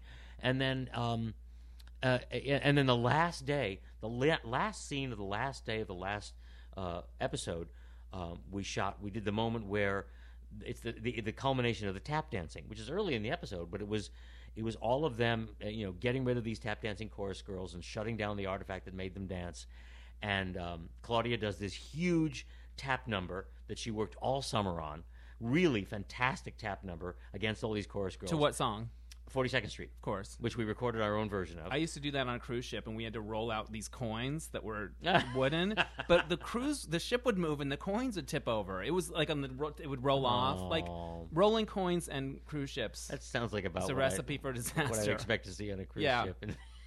Speaker 2: and then um, uh, and then the last day, the la- last scene of the last day of the last uh, episode, um, we shot. We did the moment where it's the, the the culmination of the tap dancing, which is early in the episode, but it was. It was all of them, uh, you know, getting rid of these tap dancing chorus girls and shutting down the artifact that made them dance, and um, Claudia does this huge tap number that she worked all summer on. Really fantastic tap number against all these chorus girls.
Speaker 1: to what song?
Speaker 2: Forty Second Street,
Speaker 1: Of course.
Speaker 2: which we recorded our own version of.
Speaker 1: I used to do that on a cruise ship, and we had to roll out these coins that [LAUGHS] were wooden. But the cruise, the ship would move, and the coins would tip over. It was like on the ro- it would roll off, like
Speaker 2: Aw.
Speaker 1: rolling coins and cruise ships.
Speaker 2: that sounds like about
Speaker 1: it's a
Speaker 2: what I-
Speaker 1: recipe for
Speaker 2: what I
Speaker 1: disaster.
Speaker 2: expect to see on a cruise
Speaker 1: Yeah.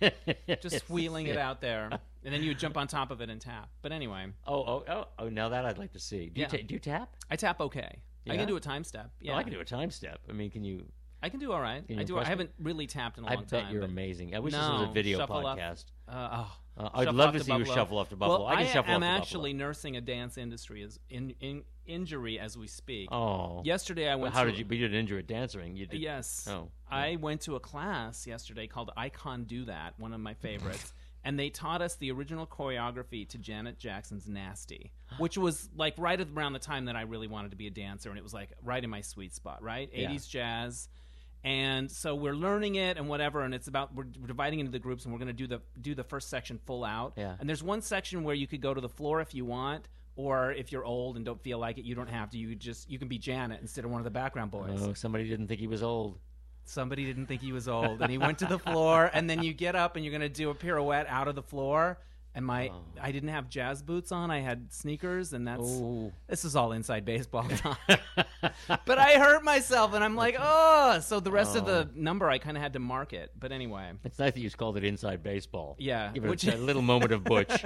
Speaker 2: ship. [LAUGHS]
Speaker 1: Just wheeling it out there, and then you would jump on top of it and tap. But anyway,
Speaker 2: Oh, oh, oh, oh! Now that I'd like to see. Do
Speaker 1: Yeah.
Speaker 2: you ta- do you tap?
Speaker 1: I tap okay. I
Speaker 2: Yeah?
Speaker 1: can do a time step. Yeah,
Speaker 2: Well, I can do a time step. I mean, can you?
Speaker 1: I can do all right.
Speaker 2: Can you
Speaker 1: I do. I
Speaker 2: impress me?
Speaker 1: haven't really tapped in a
Speaker 2: I
Speaker 1: long
Speaker 2: bet
Speaker 1: time.
Speaker 2: you're
Speaker 1: but-
Speaker 2: amazing. I wish this was a
Speaker 1: No,
Speaker 2: video
Speaker 1: shuffle up.
Speaker 2: podcast.
Speaker 1: Uh, oh.
Speaker 2: Uh, I'd
Speaker 1: Shuffle
Speaker 2: love
Speaker 1: up
Speaker 2: to
Speaker 1: to
Speaker 2: see you
Speaker 1: Buffalo.
Speaker 2: shuffle off to Buffalo.
Speaker 1: well,
Speaker 2: I can shuffle
Speaker 1: am
Speaker 2: off to
Speaker 1: actually nursing a dance industry as in, in injury as we speak.
Speaker 2: Buffalo. Oh,
Speaker 1: Yesterday I
Speaker 2: Well,
Speaker 1: went.
Speaker 2: how
Speaker 1: to,
Speaker 2: did you? But you didn't injure it dancing. You did.
Speaker 1: Yes.
Speaker 2: Oh,
Speaker 1: I went to a class yesterday called Icon Do That, one of my
Speaker 2: [LAUGHS]
Speaker 1: favorites, and they taught us the original choreography to Janet Jackson's Nasty, which was like right around the time that I really wanted to be a dancer, and it was like right in my sweet spot, right?
Speaker 2: Yeah.
Speaker 1: 80s jazz. And so we're learning it and whatever, and it's about we're, we're dividing into the groups, and we're going to do the do the first section full out.
Speaker 2: Yeah.
Speaker 1: And there's one section where you could go to the floor if you want, or if you're old and don't feel like it, you don't have to. You could just you can be Janet instead of one of the background boys
Speaker 2: Oh, somebody didn't think he was old.
Speaker 1: somebody didn't think he was old and he went to the floor and then you get up and you're going to do a pirouette out of the floor and my
Speaker 2: Oh.
Speaker 1: i didn't have jazz boots on i had sneakers and that's
Speaker 2: Ooh.
Speaker 1: this is all inside
Speaker 2: [LAUGHS]
Speaker 1: baseball time but i hurt myself and i'm like oh so the rest of the number i kind of had to mark it but anyway
Speaker 2: It's nice that you called it inside baseball.
Speaker 1: Yeah,
Speaker 2: Give it
Speaker 1: which- [LAUGHS]
Speaker 2: a, a little moment of butch.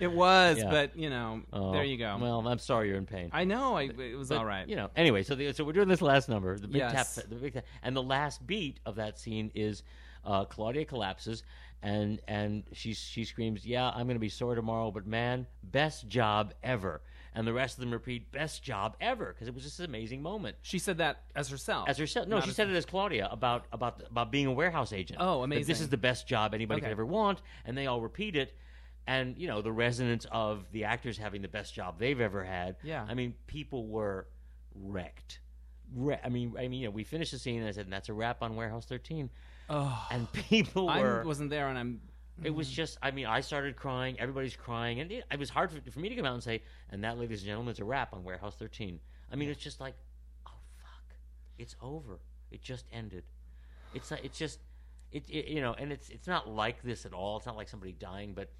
Speaker 1: it was
Speaker 2: Yeah.
Speaker 1: but you know [LAUGHS]
Speaker 2: Oh,
Speaker 1: there you go
Speaker 2: Well, I'm sorry you're in pain.
Speaker 1: i know I, it was
Speaker 2: But,
Speaker 1: all right
Speaker 2: You know. Anyway, so the, so we're doing this last number, the big
Speaker 1: Yes.
Speaker 2: tap, the big tap, and the last beat of that scene is uh, Claudia collapses, and and she she screams, "Yeah, I'm going to be sore tomorrow, but man, best job ever." And the rest of them repeat, "Best job ever," because it was just an amazing moment.
Speaker 1: she said that as herself
Speaker 2: As herself, no,
Speaker 1: Not
Speaker 2: she
Speaker 1: as-
Speaker 2: said it as Claudia about about about being a warehouse agent.
Speaker 1: Oh,
Speaker 2: That This
Speaker 1: amazing.
Speaker 2: is the best job anybody could
Speaker 1: Okay.
Speaker 2: ever want, and they all repeat it. And you know the resonance of the actors having the best job they've ever had.
Speaker 1: Yeah.
Speaker 2: I mean, people were wrecked. Wre- I mean, I mean, you know, we finished the scene and I said, "That's a wrap on Warehouse 13,"
Speaker 1: oh,
Speaker 2: and [LAUGHS] people
Speaker 1: i
Speaker 2: were.
Speaker 1: wasn't there and i'm
Speaker 2: it was just. I mean, I started crying. Everybody's crying, and it, it was hard for, for me to come out and say, "And that, ladies and gentlemen, is a wrap on Warehouse 13." I mean, it's just like, oh fuck, it's over. It just ended. It's not- it's just, it, it you know, and it's it's not like this at all. It's not like somebody dying, but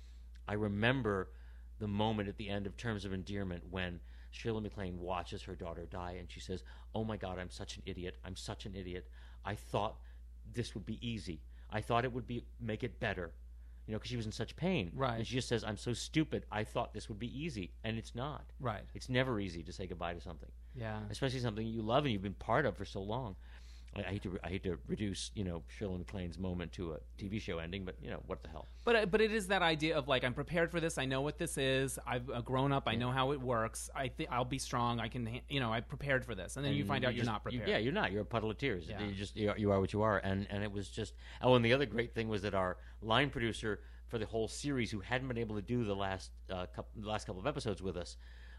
Speaker 2: I remember the moment at the end of Terms of Endearment when Shirley MacLaine watches her daughter die and she says, "Oh my God, I'm such an idiot. I'm such an idiot. I thought this would be easy. I thought it would be make it better." You know, because she was in such pain,
Speaker 1: Right.
Speaker 2: And she just says, "I'm so stupid. I thought this would be easy, and it's not.
Speaker 1: right
Speaker 2: It's never easy to say goodbye to something."
Speaker 1: yeah
Speaker 2: especially something you love and you've been part of for so long. I, I hate to I hate to reduce you know Shirley MacLaine's moment to a TV show ending, but you know what the hell?
Speaker 1: But uh, but it is that idea of like I'm prepared for this. I know what this is. I've uh, grown up. I know how it works. I think I'll be strong. I can. ha- You know, I prepared for this. And then you find out
Speaker 2: just-
Speaker 1: you're not prepared.
Speaker 2: yeah, you're not. You're a puddle of tears.
Speaker 1: Yeah.
Speaker 2: You just you are, you are what you are, and and it was just. Oh, and the other great thing was that our line producer for the whole series, who hadn't been able to do the last uh, couple, the last couple of episodes with us.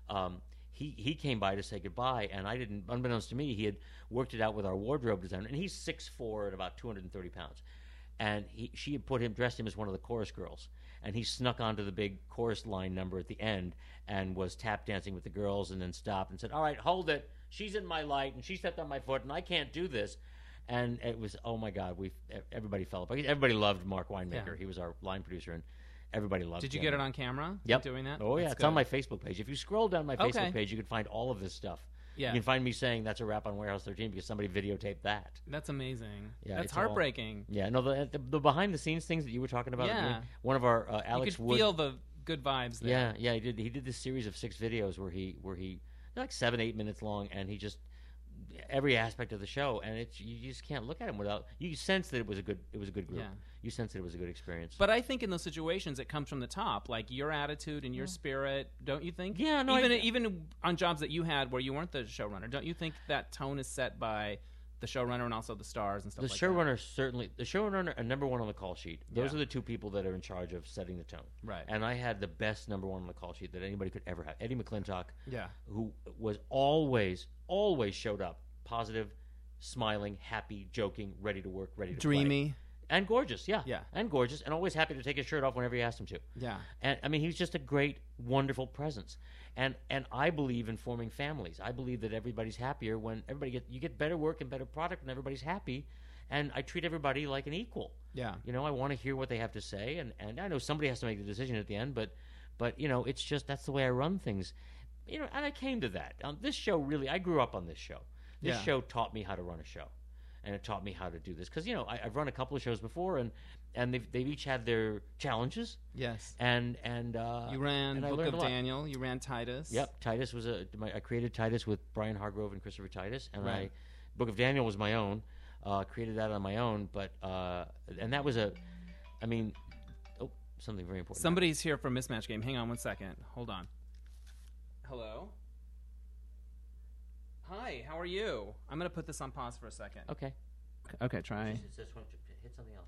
Speaker 2: Um, he, he came by to say goodbye, and I didn't. Unbeknownst to me, he had worked it out with our wardrobe designer, and he's six four and about two hundred and thirty pounds. and he, she had put him dressed him as one of the chorus girls and he snuck onto the big chorus line number at the end and was tap dancing with the girls and then stopped and said all right hold it she's in my light and she stepped on my foot and i can't do this and it was oh my god we everybody fell apart everybody loved mark winemaker
Speaker 1: Yeah.
Speaker 2: he was our line producer and everybody loved
Speaker 1: Did you
Speaker 2: him.
Speaker 1: get it on camera?
Speaker 2: Yep.
Speaker 1: Doing that?
Speaker 2: Oh yeah,
Speaker 1: That's
Speaker 2: it's on
Speaker 1: good.
Speaker 2: my Facebook page. If you scroll down my Facebook
Speaker 1: Okay.
Speaker 2: page, you can find all of this stuff.
Speaker 1: Yeah.
Speaker 2: You can find me saying that's a wrap on Warehouse 13 because somebody videotaped that.
Speaker 1: That's amazing.
Speaker 2: Yeah,
Speaker 1: That's
Speaker 2: it's all-
Speaker 1: heartbreaking.
Speaker 2: Yeah, no, the the, the behind the scenes things that you were talking about.
Speaker 1: Yeah.
Speaker 2: doing- One of our uh, Alex
Speaker 1: you could
Speaker 2: Wood.
Speaker 1: feel the good vibes there.
Speaker 2: yeah, yeah, he did. He did this series of six videos where he where he they're like seven eight minutes long, and he just every aspect of the show, and it's you just can't look at him without you sense that it was a good it was a good group.
Speaker 1: Yeah.
Speaker 2: You sense that it was a good experience.
Speaker 1: But I think in those situations, it comes from the top, like your attitude and your spirit. Don't you think?
Speaker 2: Yeah, no, I-
Speaker 1: Even even on jobs that you had where you weren't the showrunner, don't you think that tone is set by the showrunner and also the stars and stuff?
Speaker 2: the
Speaker 1: like that?
Speaker 2: showrunner certainly the showrunner and number one on the call sheet those
Speaker 1: Yeah.
Speaker 2: are the two people that are in charge of setting the tone
Speaker 1: Right.
Speaker 2: and i had the best number one on the call sheet that anybody could ever have eddie mcclintock
Speaker 1: Yeah.
Speaker 2: who was always always showed up positive smiling happy joking ready to work ready to play.
Speaker 1: Dreamy.
Speaker 2: and gorgeous yeah
Speaker 1: Yeah.
Speaker 2: and gorgeous and always happy to take his shirt off whenever you asked him to
Speaker 1: Yeah.
Speaker 2: and I mean, he was just a great, wonderful presence. And and I believe in forming families. I believe that everybody's happier when everybody get you get better work and better product when everybody's happy. And I treat everybody like an equal.
Speaker 1: Yeah.
Speaker 2: You know, I want to hear what they have to say, and and I know somebody has to make the decision at the end, but but you know, it's just that's the way I run things. You know, and I came to that. Um, this show really, I grew up on this show. This
Speaker 1: Yeah.
Speaker 2: show taught me how to run a show, and it taught me how to do this because you know I, I've run a couple of shows before, and and they've they've each had their challenges
Speaker 1: Yes.
Speaker 2: and and uh,
Speaker 1: You ran
Speaker 2: and I
Speaker 1: Book
Speaker 2: learned
Speaker 1: of
Speaker 2: a lot.
Speaker 1: Daniel. You ran Titus.
Speaker 2: Yep, Titus was a my, I created Titus with Brian Hargrove and Christopher Titus, and I
Speaker 1: Right.
Speaker 2: Book of Daniel was my own. Uh, created that on my own, but uh, and that was a, I mean, oh something very important.
Speaker 1: Somebody's here for mismatch game. Hang on one second. Hold on. Hello. Hi. How are you? I'm gonna put this on pause for a second.
Speaker 2: okay.
Speaker 1: Okay. Try.
Speaker 2: It says hit something else.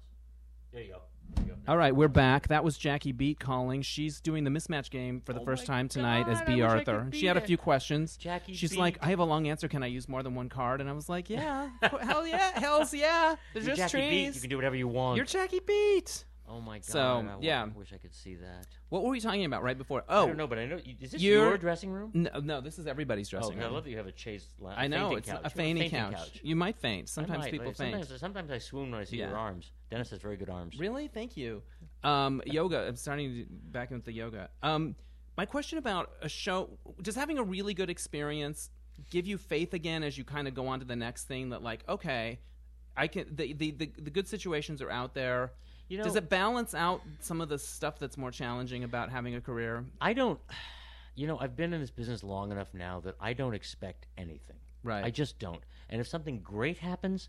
Speaker 2: There you go. There you go.
Speaker 1: All right, we're back. That was Jackie Beat calling. She's doing the mismatch game for the
Speaker 2: Oh
Speaker 1: first
Speaker 2: my
Speaker 1: time tonight as
Speaker 2: God, I
Speaker 1: B.
Speaker 2: wish I
Speaker 1: Arthur.
Speaker 2: could
Speaker 1: She
Speaker 2: be
Speaker 1: had a
Speaker 2: there.
Speaker 1: few questions.
Speaker 2: Jackie
Speaker 1: She's
Speaker 2: Beat.
Speaker 1: like, I have a long answer. Can I use more than one card? And I was like,
Speaker 2: [LAUGHS]
Speaker 1: Yeah, qu- hell yeah, hell's yeah. There's
Speaker 2: You're
Speaker 1: just
Speaker 2: Jackie Beat,
Speaker 1: trees.
Speaker 2: You can do whatever you want.
Speaker 1: You're Jackie Beat.
Speaker 2: oh my god!
Speaker 1: So,
Speaker 2: I w-
Speaker 1: yeah.
Speaker 2: wish I could see that.
Speaker 1: What were we talking about right before? Oh
Speaker 2: I don't know, but I know. Is this
Speaker 1: You're-
Speaker 2: your dressing room?
Speaker 1: no, no, this is everybody's
Speaker 2: Oh,
Speaker 1: dressing
Speaker 2: I
Speaker 1: room.
Speaker 2: love that you have a chase. la-
Speaker 1: I know
Speaker 2: fainting
Speaker 1: it's
Speaker 2: couch.
Speaker 1: a
Speaker 2: You have
Speaker 1: fainting, couch. You might faint. Sometimes
Speaker 2: might,
Speaker 1: people
Speaker 2: like,
Speaker 1: faint.
Speaker 2: Sometimes, sometimes I swoon when I see
Speaker 1: Yeah.
Speaker 2: your arms. Dennis has very good arms.
Speaker 1: Really? Thank you.
Speaker 2: [LAUGHS]
Speaker 1: Um, yoga. I'm starting to back in with the yoga. Um, my question about a show: Does having a really good experience give you faith again as you kind of go on to the next thing? That like, okay, I can. The the the, the good situations are out there.
Speaker 2: You know,
Speaker 1: does it balance out some of the stuff that's more challenging about having a career?
Speaker 2: I don't. You know, I've been in this business long enough now that I don't expect anything.
Speaker 1: Right.
Speaker 2: I just don't. And if something great happens,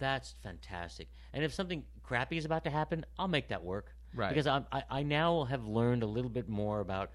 Speaker 2: that's fantastic. And if something crappy is about to happen, I'll make that work.
Speaker 1: Right.
Speaker 2: Because I'm, I, I now have learned a little bit more about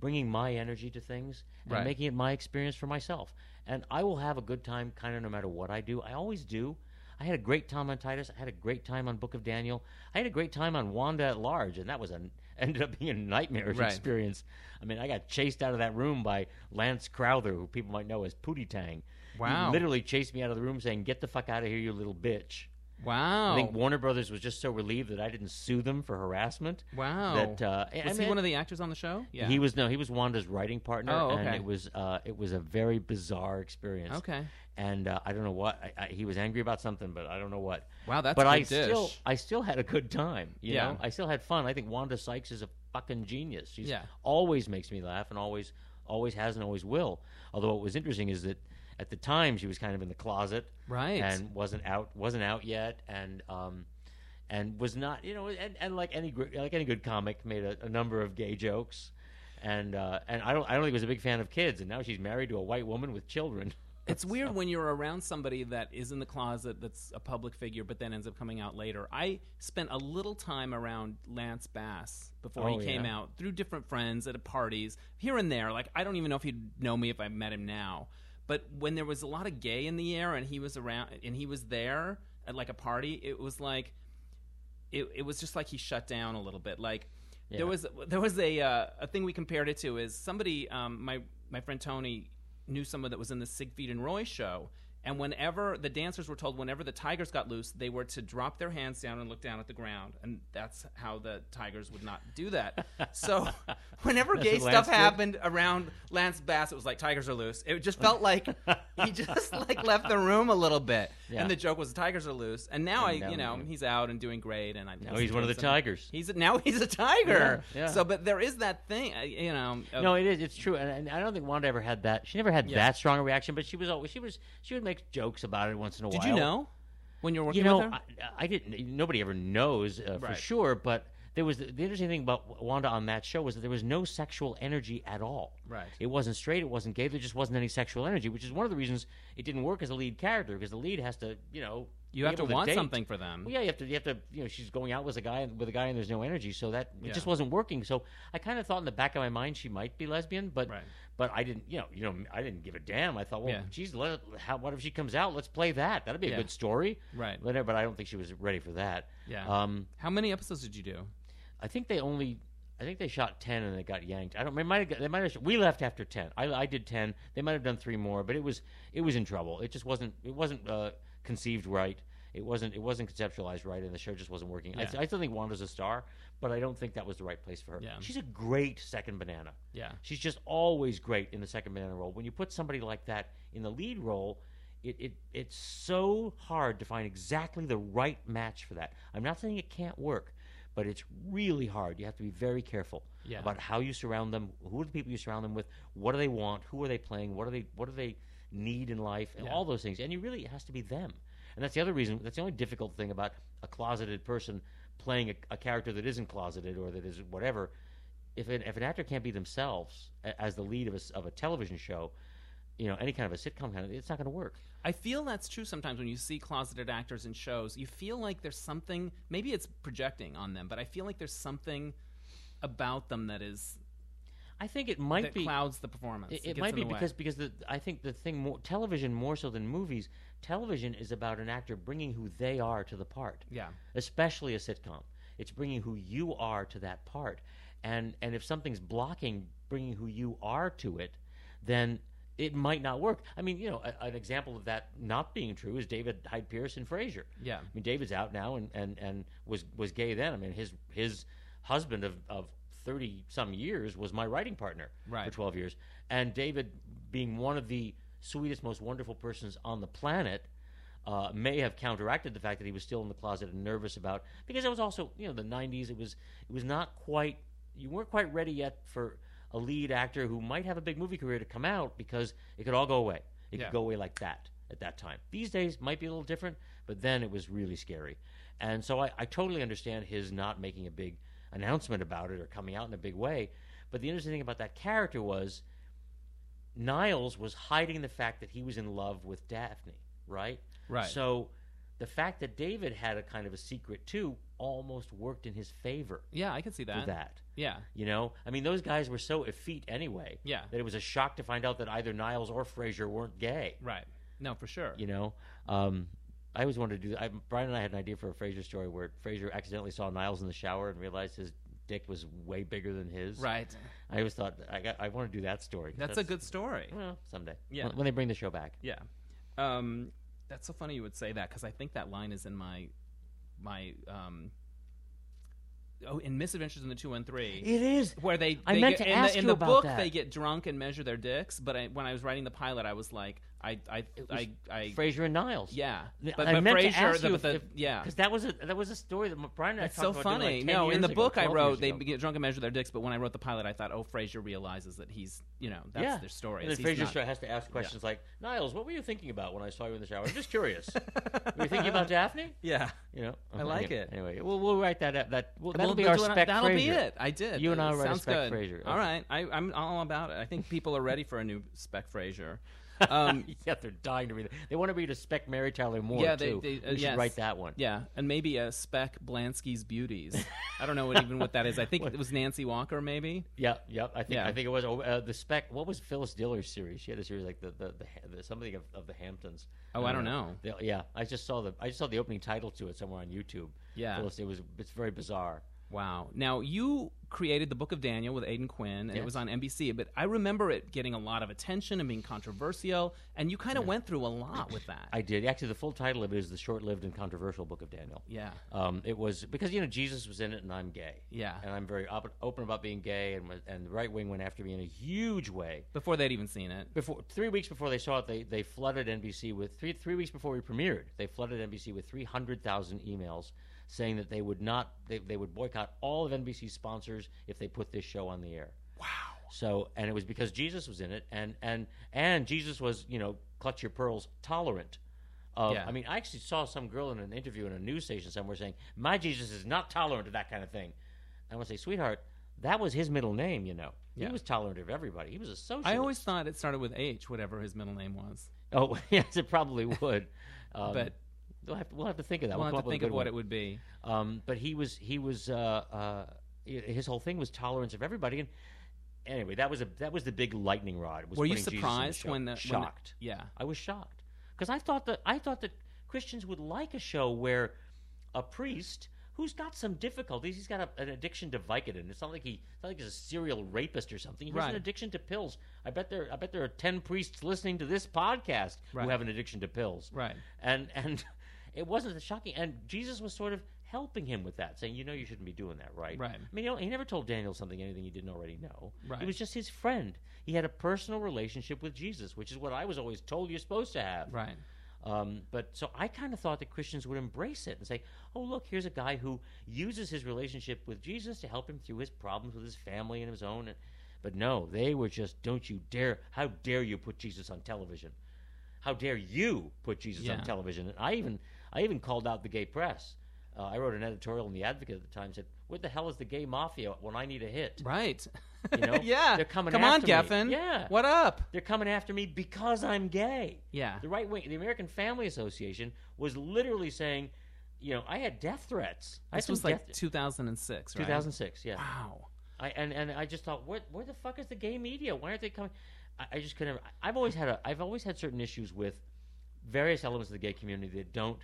Speaker 2: bringing my energy to things and
Speaker 1: Right.
Speaker 2: making it my experience for myself. And I will have a good time kind of no matter what I do. I always do. I had a great time on Titus. I had a great time on Book of Daniel. I had a great time on Wanda at Large, and that was a [LAUGHS] ended up being a nightmare
Speaker 1: Right.
Speaker 2: experience. I mean, I got chased out of that room by Lance Crowther, who people might know as Pootie Tang.
Speaker 1: Wow.
Speaker 2: He literally chased me out of the room saying, Get the fuck out of here, you little bitch.
Speaker 1: Wow.
Speaker 2: I think Warner Brothers was just so relieved that I didn't sue them for harassment.
Speaker 1: wow.
Speaker 2: That uh, I- I
Speaker 1: Oh. was he
Speaker 2: mean,
Speaker 1: one of the actors on the show? Yeah.
Speaker 2: He was no, he was Wanda's writing partner,
Speaker 1: Oh,
Speaker 2: and
Speaker 1: okay.
Speaker 2: it was uh, it was a very bizarre experience.
Speaker 1: okay.
Speaker 2: and uh, I don't know what I, I, he was angry about something, but I don't know what.
Speaker 1: Wow, that's
Speaker 2: but
Speaker 1: a good
Speaker 2: I
Speaker 1: dish.
Speaker 2: still I still had a good time. You
Speaker 1: Yeah.
Speaker 2: know, I still had fun. I think Wanda Sykes is a fucking genius. She's
Speaker 1: Yeah.
Speaker 2: always makes me laugh and always always has and always will. Although what was interesting is that at the time she was kind of in the closet,
Speaker 1: Right.
Speaker 2: and wasn't out wasn't out yet, and um. And was not, you know, and, and like any gr- like any good comic, made a, a number of gay jokes, and uh, and I don't I don't think was a big fan of kids, and now she's married to a white woman with children.
Speaker 1: It's weird when you're around somebody that is in the closet, that's a public figure, but then ends up coming out later. I spent a little time around Lance Bass before
Speaker 2: Oh,
Speaker 1: he came
Speaker 2: yeah.
Speaker 1: out through different friends at parties here and there. Like I don't even know if he'd know me if I met him now, but when there was a lot of gay in the air and he was around and he was there at like a party, it was like it, it was just like he shut down a little bit. Like
Speaker 2: Yeah.
Speaker 1: there was there was a uh, a thing we compared it to is somebody um, my my friend Tony knew someone that was in the Siegfried and Roy show, And whenever the dancers were told, whenever the tigers got loose, they were to drop their hands down and look down at the ground, and that's how the tigers would not do
Speaker 2: [LAUGHS]
Speaker 1: that. So, [LAUGHS] whenever
Speaker 2: That's
Speaker 1: gay
Speaker 2: what
Speaker 1: stuff
Speaker 2: Lance did?
Speaker 1: happened around Lance Bass, it was like tigers are loose. It just felt
Speaker 2: [LAUGHS]
Speaker 1: like he just like left the room a little bit,
Speaker 2: Yeah.
Speaker 1: and the joke was the tigers are loose. And now
Speaker 2: And
Speaker 1: I,
Speaker 2: now-
Speaker 1: you know, he's out and doing great, and I
Speaker 2: Now he's one of the tigers.
Speaker 1: He's now [LAUGHS] he's a tiger.
Speaker 2: Yeah, yeah.
Speaker 1: So, but there is that thing, uh, you know. of-
Speaker 2: No, it is. It's true, and, and I don't think Wanda ever had that. She never had
Speaker 1: Yeah.
Speaker 2: that strong a reaction, but she was always she was she would make jokes about it once in a
Speaker 1: did
Speaker 2: while.
Speaker 1: you know when you were working
Speaker 2: you know,
Speaker 1: with her?
Speaker 2: I, I didn't. Nobody ever knows uh, for
Speaker 1: Right.
Speaker 2: sure, but there was the, the interesting thing about Wanda on that show was that there was no sexual energy at all.
Speaker 1: Right.
Speaker 2: It wasn't straight. It wasn't gay. There just wasn't any sexual energy, which is one of the reasons it didn't work as a lead character because the lead has to, you know,
Speaker 1: you
Speaker 2: be
Speaker 1: have to
Speaker 2: able
Speaker 1: want
Speaker 2: date.
Speaker 1: something for them.
Speaker 2: Well, yeah, you have to. You have to. You know, she's going out with a guy with a guy, and there's no energy, so that it
Speaker 1: Yeah.
Speaker 2: just wasn't working. So I kind of thought in the back of my mind she might be lesbian, but
Speaker 1: Right.
Speaker 2: but I didn't. You know, you know, I didn't give a damn. I thought, well,
Speaker 1: Yeah.
Speaker 2: geez, let, how, what if she comes out? Let's play that. That'd be a
Speaker 1: Yeah.
Speaker 2: good story.
Speaker 1: Right.
Speaker 2: But, but I don't think she was ready for that.
Speaker 1: Yeah.
Speaker 2: Um,
Speaker 1: How many episodes did you do?
Speaker 2: I think they only. I think they shot ten and they got yanked. I don't. They might have. got- They might have. We left after ten. I, I did ten. They might have done three more, but it was it was in trouble. It just wasn't. It wasn't uh, conceived right. It wasn't. It wasn't conceptualized right, and the show just wasn't working.
Speaker 1: Yeah.
Speaker 2: I, I still think Wanda's a star, but I don't think that was the right place for her.
Speaker 1: Yeah.
Speaker 2: She's a great second banana.
Speaker 1: Yeah.
Speaker 2: She's just always great in the second banana role. When you put somebody like that in the lead role, it, it it's so hard to find exactly the right match for that. I'm not saying it can't work, but it's really hard. You have to be very careful
Speaker 1: Yeah.
Speaker 2: about how you surround them, who are the people you surround them with, what do they want, who are they playing, what do they what do they need in life, and
Speaker 1: Yeah.
Speaker 2: all those things. And you really it has to be them. And that's the other reason. That's the only difficult thing about a closeted person playing a, a character that isn't closeted or that is whatever if an, if an actor can't be themselves a- as the lead of a, s- of a television show, you know, any kind of a sitcom kind of, it's not going to work.
Speaker 1: I feel that's true sometimes when you see closeted actors in shows. You feel like there's something, maybe it's projecting on them, but I feel like there's something about them that is
Speaker 2: I think it might
Speaker 1: that
Speaker 2: be
Speaker 1: clouds the performance.
Speaker 2: it, it
Speaker 1: gets
Speaker 2: might
Speaker 1: in
Speaker 2: be
Speaker 1: the way.
Speaker 2: because because the, I think the thing more television more so than movies, television is about an actor bringing who they are to the part.
Speaker 1: yeah,
Speaker 2: especially a sitcom. It's bringing who you are to that part, and and if something's blocking bringing who you are to it, then it might not work. I mean, you know, a, an example of that not being true is David Hyde Pierce and Frasier.
Speaker 1: Yeah.
Speaker 2: I mean, David's out now and and and was was gay then. I mean, his his husband of of thirty some years was my writing partner for
Speaker 1: Right.
Speaker 2: twelve years, and David being one of the sweetest, most wonderful persons on the planet uh, may have counteracted the fact that he was still in the closet and nervous about because it was also you know the 90s it was it was not quite you weren't quite ready yet for a lead actor who might have a big movie career to come out because it could all go away it
Speaker 1: Yeah.
Speaker 2: could go away like that at that time these days might be a little different but then it was really scary and so I, I totally understand his not making a big announcement about it or coming out in a big way but the interesting thing about that character was Niles was hiding the fact that he was in love with Daphne, right?
Speaker 1: Right.
Speaker 2: So the fact that David had a kind of a secret too almost worked in his favor
Speaker 1: yeah, I could see
Speaker 2: for
Speaker 1: that.
Speaker 2: that.
Speaker 1: Yeah,
Speaker 2: You know, I mean, those guys were so effete anyway
Speaker 1: Yeah.
Speaker 2: that it was a shock to find out that either Niles or Frazier weren't gay.
Speaker 1: right. No, for sure.
Speaker 2: You know, um, I always wanted to do. I, Brian and I had an idea for a Frazier story where Frazier accidentally saw Niles in the shower and realized his dick was way bigger than his.
Speaker 1: Right.
Speaker 2: I always thought I got, I want to do that story. 'cause
Speaker 1: That's, a good story.
Speaker 2: well someday.
Speaker 1: Yeah.
Speaker 2: when, when they bring the show back.
Speaker 1: Yeah. Um, that's so funny you would say that because I think that line is in my my um, oh in Misadventures in the Two One Three.
Speaker 2: It is.
Speaker 1: where they,
Speaker 2: I
Speaker 1: they
Speaker 2: meant
Speaker 1: get-
Speaker 2: to
Speaker 1: in
Speaker 2: ask
Speaker 1: the, in
Speaker 2: you
Speaker 1: the
Speaker 2: about
Speaker 1: book
Speaker 2: that.
Speaker 1: they get drunk and measure their dicks but I, when i was writing the pilot i was like i i
Speaker 2: was
Speaker 1: i, I
Speaker 2: Frasier and Niles.
Speaker 1: yeah
Speaker 2: Th-
Speaker 1: but,
Speaker 2: I
Speaker 1: but
Speaker 2: meant
Speaker 1: Frasier,
Speaker 2: to ask
Speaker 1: the,
Speaker 2: you
Speaker 1: but the,
Speaker 2: if-
Speaker 1: yeah
Speaker 2: because that was a that was a story that Brian and I
Speaker 1: that's
Speaker 2: talked
Speaker 1: so
Speaker 2: about doing, like,
Speaker 1: funny
Speaker 2: 10
Speaker 1: no in
Speaker 2: years
Speaker 1: the
Speaker 2: ago,
Speaker 1: book i
Speaker 2: 12
Speaker 1: wrote
Speaker 2: years
Speaker 1: they
Speaker 2: ago.
Speaker 1: get drunk and measure their dicks but when i wrote the pilot i thought oh Frasier realizes that he's you know that's
Speaker 2: Yeah.
Speaker 1: their story
Speaker 2: And then
Speaker 1: It's- he's
Speaker 2: Frasier
Speaker 1: not-
Speaker 2: start- has to ask questions like, Niles, what were you thinking about when I saw you in the shower? I'm
Speaker 1: [LAUGHS]
Speaker 2: just curious. were you thinking about Daphne?
Speaker 1: yeah
Speaker 2: You know,
Speaker 1: I like
Speaker 2: anyway,
Speaker 1: it.
Speaker 2: Anyway, we'll we'll write that up. That well, that'll
Speaker 1: We'll
Speaker 2: be
Speaker 1: do
Speaker 2: our
Speaker 1: it on-
Speaker 2: spec.
Speaker 1: That'll be
Speaker 2: Frasier.
Speaker 1: it. I did.
Speaker 2: You and
Speaker 1: It
Speaker 2: I will write a
Speaker 1: sounds
Speaker 2: spec
Speaker 1: good.
Speaker 2: Frasier.
Speaker 1: All
Speaker 2: Okay.
Speaker 1: right, I, I'm all about it. I think people are ready for a new spec Frasier. Um,
Speaker 2: [LAUGHS] yeah, they're dying to read it. They want to read a spec Mary Tyler Moore
Speaker 1: Yeah, they-
Speaker 2: too.
Speaker 1: they- uh,
Speaker 2: we should
Speaker 1: yes.
Speaker 2: write that one.
Speaker 1: Yeah, and maybe a spec Blansky's Beauties. I don't know what, even what that is. I think it was Nancy Walker, maybe.
Speaker 2: Yep, yep. I think
Speaker 1: Yeah.
Speaker 2: I think it was oh, uh, the spec. What was Phyllis Diller's series? She had a series like the the, the, the something of, of the Hamptons.
Speaker 1: Oh, I don't
Speaker 2: Uh.
Speaker 1: know.
Speaker 2: The- yeah, I just saw the I just saw the opening title to it somewhere on YouTube.
Speaker 1: Yeah.
Speaker 2: Phyllis, it was it's very bizarre.
Speaker 1: Wow. Now you created the Book of Daniel with Aidan Quinn, and it
Speaker 2: Yes.
Speaker 1: was on NBC. But I remember it getting a lot of attention and being controversial. And you kind of went through a lot with that.
Speaker 2: I did. Actually, the full title of it is The Short Lived and Controversial Book of Daniel.
Speaker 1: yeah,
Speaker 2: Um, it was because, you know, Jesus was in it and I'm gay.
Speaker 1: yeah.
Speaker 2: And I'm very op- open about being gay, and, was- and the right wing went after me in a huge way.
Speaker 1: Before they'd even seen it.
Speaker 2: Before three weeks before they saw it, they, they flooded NBC with three three weeks before we premiered, they flooded NBC with three hundred thousand emails saying that they would not they, they would boycott all of NBC's sponsors if they put this show on the air.
Speaker 1: Wow.
Speaker 2: So and it was because Jesus was in it, and and and Jesus was you know clutch your pearls tolerant. Of,
Speaker 1: Yeah.
Speaker 2: I mean, I actually saw some girl in an interview in a news station somewhere saying, "My Jesus is not tolerant of that kind of thing." I want to say, sweetheart, that was his middle name. You know,
Speaker 1: Yeah.
Speaker 2: he was tolerant of everybody. He was a socialist.
Speaker 1: I always thought it started with H, whatever his middle name was.
Speaker 2: oh [LAUGHS] yes, it probably would. Um,
Speaker 1: But
Speaker 2: we'll have, we'll have to think of that.
Speaker 1: we'll
Speaker 2: come
Speaker 1: have
Speaker 2: up
Speaker 1: to
Speaker 2: with a
Speaker 1: think of
Speaker 2: good
Speaker 1: what
Speaker 2: one.
Speaker 1: it would be.
Speaker 2: Um, but he was he was uh, uh, his whole thing was tolerance of everybody. And anyway, that was a that was the big lightning rod. Was
Speaker 1: Were you
Speaker 2: putting Jesus in the
Speaker 1: surprised
Speaker 2: show.
Speaker 1: when the- when the-
Speaker 2: shocked?
Speaker 1: Yeah.
Speaker 2: I was shocked because I thought that I thought that Christians would like a show where a priest who's got some difficulties, he's got a, an addiction to Vicodin. It's not like he it's not like he's a serial rapist or something. He has
Speaker 1: Right.
Speaker 2: an addiction to pills. I bet there I bet there are ten priests listening to this podcast
Speaker 1: Right.
Speaker 2: who have an addiction to pills
Speaker 1: Right.
Speaker 2: and and [LAUGHS] it wasn't that shocking. And Jesus was sort of helping him with that, saying, "You know, you shouldn't be doing that, right?"
Speaker 1: Right.
Speaker 2: I mean, you know, he never told Daniel something anything he didn't already know.
Speaker 1: Right.
Speaker 2: He was just his friend. He had a personal relationship with Jesus, which is what I was always told you're supposed to have.
Speaker 1: Right.
Speaker 2: Um, but so I kind of thought that Christians would embrace it and say, "Oh, look, here's a guy who uses his relationship with Jesus to help him through his problems with his family and his own." But no, they were just, "Don't you dare! How dare you put Jesus on television? How dare you put Jesus
Speaker 1: Yeah.
Speaker 2: on television?" And I even, I even called out the gay press. Uh, I wrote an editorial in the Advocate at the time said, "What the hell is the gay mafia when I need a hit?"
Speaker 1: Right.
Speaker 2: You know,
Speaker 1: [LAUGHS] yeah.
Speaker 2: they're coming
Speaker 1: Come
Speaker 2: after me.
Speaker 1: on, Geffen.
Speaker 2: Yeah.
Speaker 1: What up?
Speaker 2: They're coming after me because I'm gay.
Speaker 1: Yeah.
Speaker 2: The right wing, the American Family Association, was literally saying, you know, I had death threats. I had
Speaker 1: This
Speaker 2: some
Speaker 1: was like
Speaker 2: death-
Speaker 1: 2006, right?
Speaker 2: 2006. Yeah,
Speaker 1: Wow.
Speaker 2: I, and and I just thought, what where the fuck is the gay media? Why aren't they coming? I, I just couldn't. I've always had a, I've always had certain issues with various elements of the gay community that don't,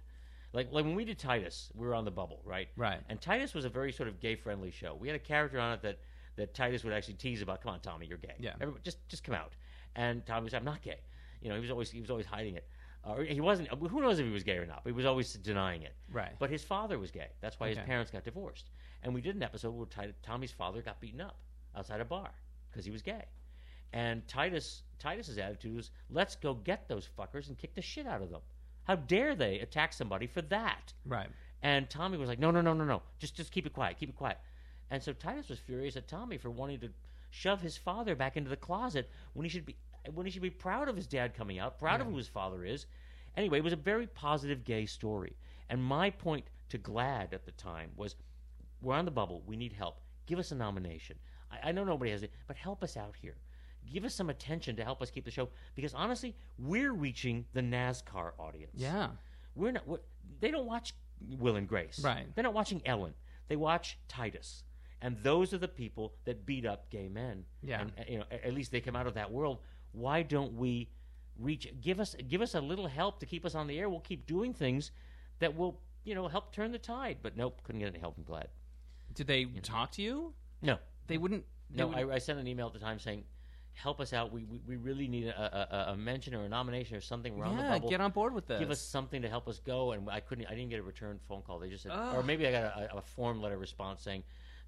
Speaker 2: like like when we did Titus, we were on the bubble, right?
Speaker 1: Right.
Speaker 2: And Titus was a very sort of gay friendly show. We had a character on it that that Titus would actually tease about, "Come on, Tommy, you're gay.
Speaker 1: Yeah.
Speaker 2: Everybody, just just come out." And Tommy was, "I'm not gay." You know, he was always he was always hiding it. Uh, Or he wasn't. Who knows if he was gay or not? But he was always denying it.
Speaker 1: Right.
Speaker 2: But his father was gay. That's why
Speaker 1: Okay.
Speaker 2: his parents got divorced. And we did an episode where Ti- Tommy's father got beaten up outside a bar because he was gay. And Titus Titus's attitude was, "Let's go get those fuckers and kick the shit out of them. How dare they attack somebody for that?"
Speaker 1: Right.
Speaker 2: And Tommy was like, "No, no, no, no, no. Just just keep it quiet. Keep it quiet." And so Titus was furious at Tommy for wanting to shove his father back into the closet when he should be when he should be proud of his dad coming out, proud of who his father is. Anyway, it was a very positive gay story. And my point to Glad at the time was, "We're on the bubble. We need help. Give us a nomination. I, I know nobody has it, but help us out here." Give us some attention to help us keep the show because honestly, we're reaching the NASCAR audience.
Speaker 1: Yeah.
Speaker 2: We're not. We're, they don't watch Will and Grace.
Speaker 1: Right.
Speaker 2: They're not watching Ellen. They watch Titus, and those are the people that beat up gay men.
Speaker 1: Yeah.
Speaker 2: And, uh, you know, a- at least they come out of that world. Why don't we reach? Give us give us a little help to keep us on the air. We'll keep doing things that will you know help turn the tide. But nope, couldn't get any help. I'm glad.
Speaker 1: Did they talk to you?
Speaker 2: No,
Speaker 1: They wouldn't. They
Speaker 2: no.
Speaker 1: would-
Speaker 2: I, I sent an email at the time saying. Help us out. We, we, we really need a, a, a- a mention or a nomination or something. We're on the
Speaker 1: yeah.
Speaker 2: bubble
Speaker 1: Get on board with this.
Speaker 2: give us something to help us go and i couldn't i didn't get a return phone call they just said or
Speaker 1: Ugh.
Speaker 2: maybe i got a, a form letter response saying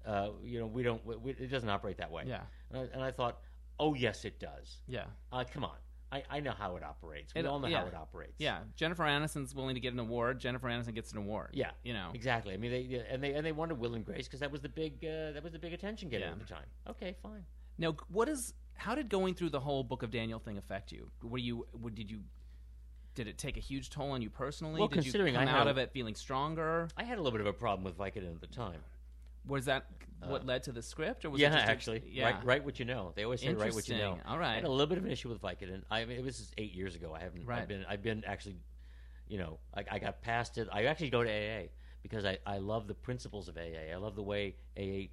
Speaker 2: uh, you know we don't we, we, it doesn't operate that way
Speaker 1: Yeah.
Speaker 2: and, I, and I thought oh yes it does
Speaker 1: Yeah.
Speaker 2: uh, come on I, I know how it operates we
Speaker 1: It-
Speaker 2: all know
Speaker 1: yeah.
Speaker 2: how it operates
Speaker 1: Yeah. Jennifer Aniston's willing to get an award. Jennifer Aniston gets an award.
Speaker 2: Yeah.
Speaker 1: You know.
Speaker 2: exactly i mean they yeah, and they and they wanted will and grace because that was the big uh, that was the big attention getter
Speaker 1: Yeah.
Speaker 2: at the time okay fine
Speaker 1: Now, what is how did going through the whole Book of Daniel thing affect you? Were you what, did you did it take a huge toll on you personally?
Speaker 2: Well,
Speaker 1: did
Speaker 2: considering
Speaker 1: you come
Speaker 2: I
Speaker 1: out
Speaker 2: had-
Speaker 1: of it feeling stronger?
Speaker 2: i had a little bit of a problem with vicodin at the time
Speaker 1: Was that what led to the script, or was
Speaker 2: Uh, yeah
Speaker 1: it just a-
Speaker 2: actually
Speaker 1: yeah,
Speaker 2: Write, write what you know they always say write what you
Speaker 1: Interesting.
Speaker 2: know
Speaker 1: All
Speaker 2: I
Speaker 1: right,
Speaker 2: had a little bit of an issue with Vicodin. I mean, it was eight years ago. I haven't.
Speaker 1: Right.
Speaker 2: I've been. I've been actually. You know, I, I got past it. I actually go to AA because I, I love the principles of AA. I love the way AA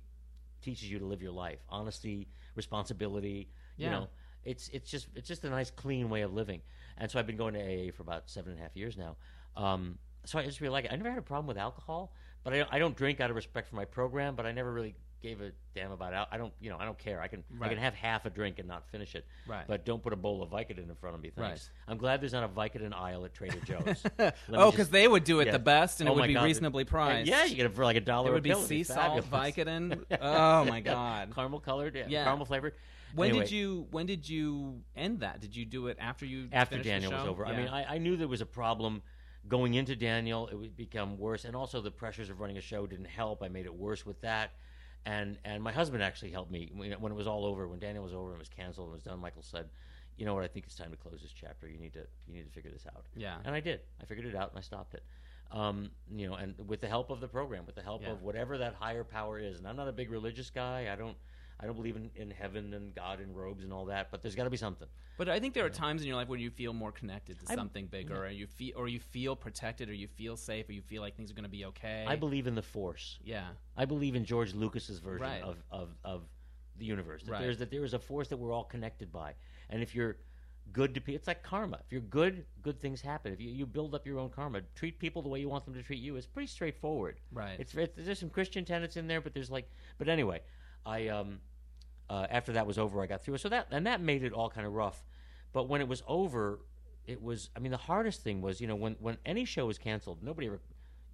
Speaker 2: teaches you to live your life: honesty, responsibility.
Speaker 1: Yeah.
Speaker 2: You know, it's it's just it's just a nice, clean way of living. And so I've been going to AA for about seven and a half years now. Um, so I just really like it. I never had a problem with alcohol, but I, I don't drink out of respect for my program. But I never really gave a damn about it. I don't, you know, I don't care. I can,
Speaker 1: Right.
Speaker 2: I can have half a drink and not finish it.
Speaker 1: Right.
Speaker 2: But don't put a bowl of Vicodin in front of me. Thanks.
Speaker 1: Right.
Speaker 2: I'm glad there's not a Vicodin aisle at
Speaker 1: [LAUGHS]
Speaker 2: Trader Joe's. Let me
Speaker 1: oh,
Speaker 2: just-
Speaker 1: because they would do it
Speaker 2: yeah.
Speaker 1: the best, and
Speaker 2: Oh
Speaker 1: it would
Speaker 2: my
Speaker 1: be
Speaker 2: God.
Speaker 1: reasonably priced.
Speaker 2: [LAUGHS] Yeah, you get it for like a dollar.
Speaker 1: it would
Speaker 2: a
Speaker 1: be
Speaker 2: pill. It'd
Speaker 1: sea salt,
Speaker 2: [LAUGHS] fabulous.
Speaker 1: Vicodin. oh my
Speaker 2: Yeah.
Speaker 1: god.
Speaker 2: caramel colored, yeah,
Speaker 1: Yeah.
Speaker 2: caramel flavored.
Speaker 1: When
Speaker 2: Anyway,
Speaker 1: did you when did you end that? Did you do it after you
Speaker 2: after
Speaker 1: finished the
Speaker 2: Daniel was
Speaker 1: show?
Speaker 2: over. I
Speaker 1: Yeah.
Speaker 2: mean, I, I knew there was a problem going into Daniel. It would become worse, and also the pressures of running a show didn't help. I made it worse with that, and and my husband actually helped me when when it was all over. When Daniel was over and it was canceled and it was done, Michael said, "You know what? I think it's time to close this chapter. You need to you need to figure this out."
Speaker 1: yeah,
Speaker 2: And I did. I figured it out and I stopped it. Um, you know, and with the help of the program, with the help
Speaker 1: Yeah.
Speaker 2: of whatever that higher power is. And I'm not a big religious guy. I don't I don't believe in, in heaven and God and robes and all that, but there's gotta be something.
Speaker 1: but I think there are times in your life when you feel more connected to
Speaker 2: I'm-
Speaker 1: something bigger, or you feel or you feel protected, or you feel safe, or you feel like things are going to be okay.
Speaker 2: I believe in the force.
Speaker 1: Yeah,
Speaker 2: I believe in George Lucas's version
Speaker 1: Right.
Speaker 2: of, of, of the universe. That
Speaker 1: Right.
Speaker 2: there's that there is a force that we're all connected by. And if you're good to people it's like karma. If you're good, good things happen. If you, you build up your own karma, treat people the way you want them to treat you, it's pretty straightforward.
Speaker 1: right.
Speaker 2: It's, it's there's some Christian tenets in there, but there's like, but anyway, I um, uh, after that was over, I got through it. So that and that made it all kind of rough. But when it was over, it was. I mean, the hardest thing was, you know, when when any show is canceled, nobody ever.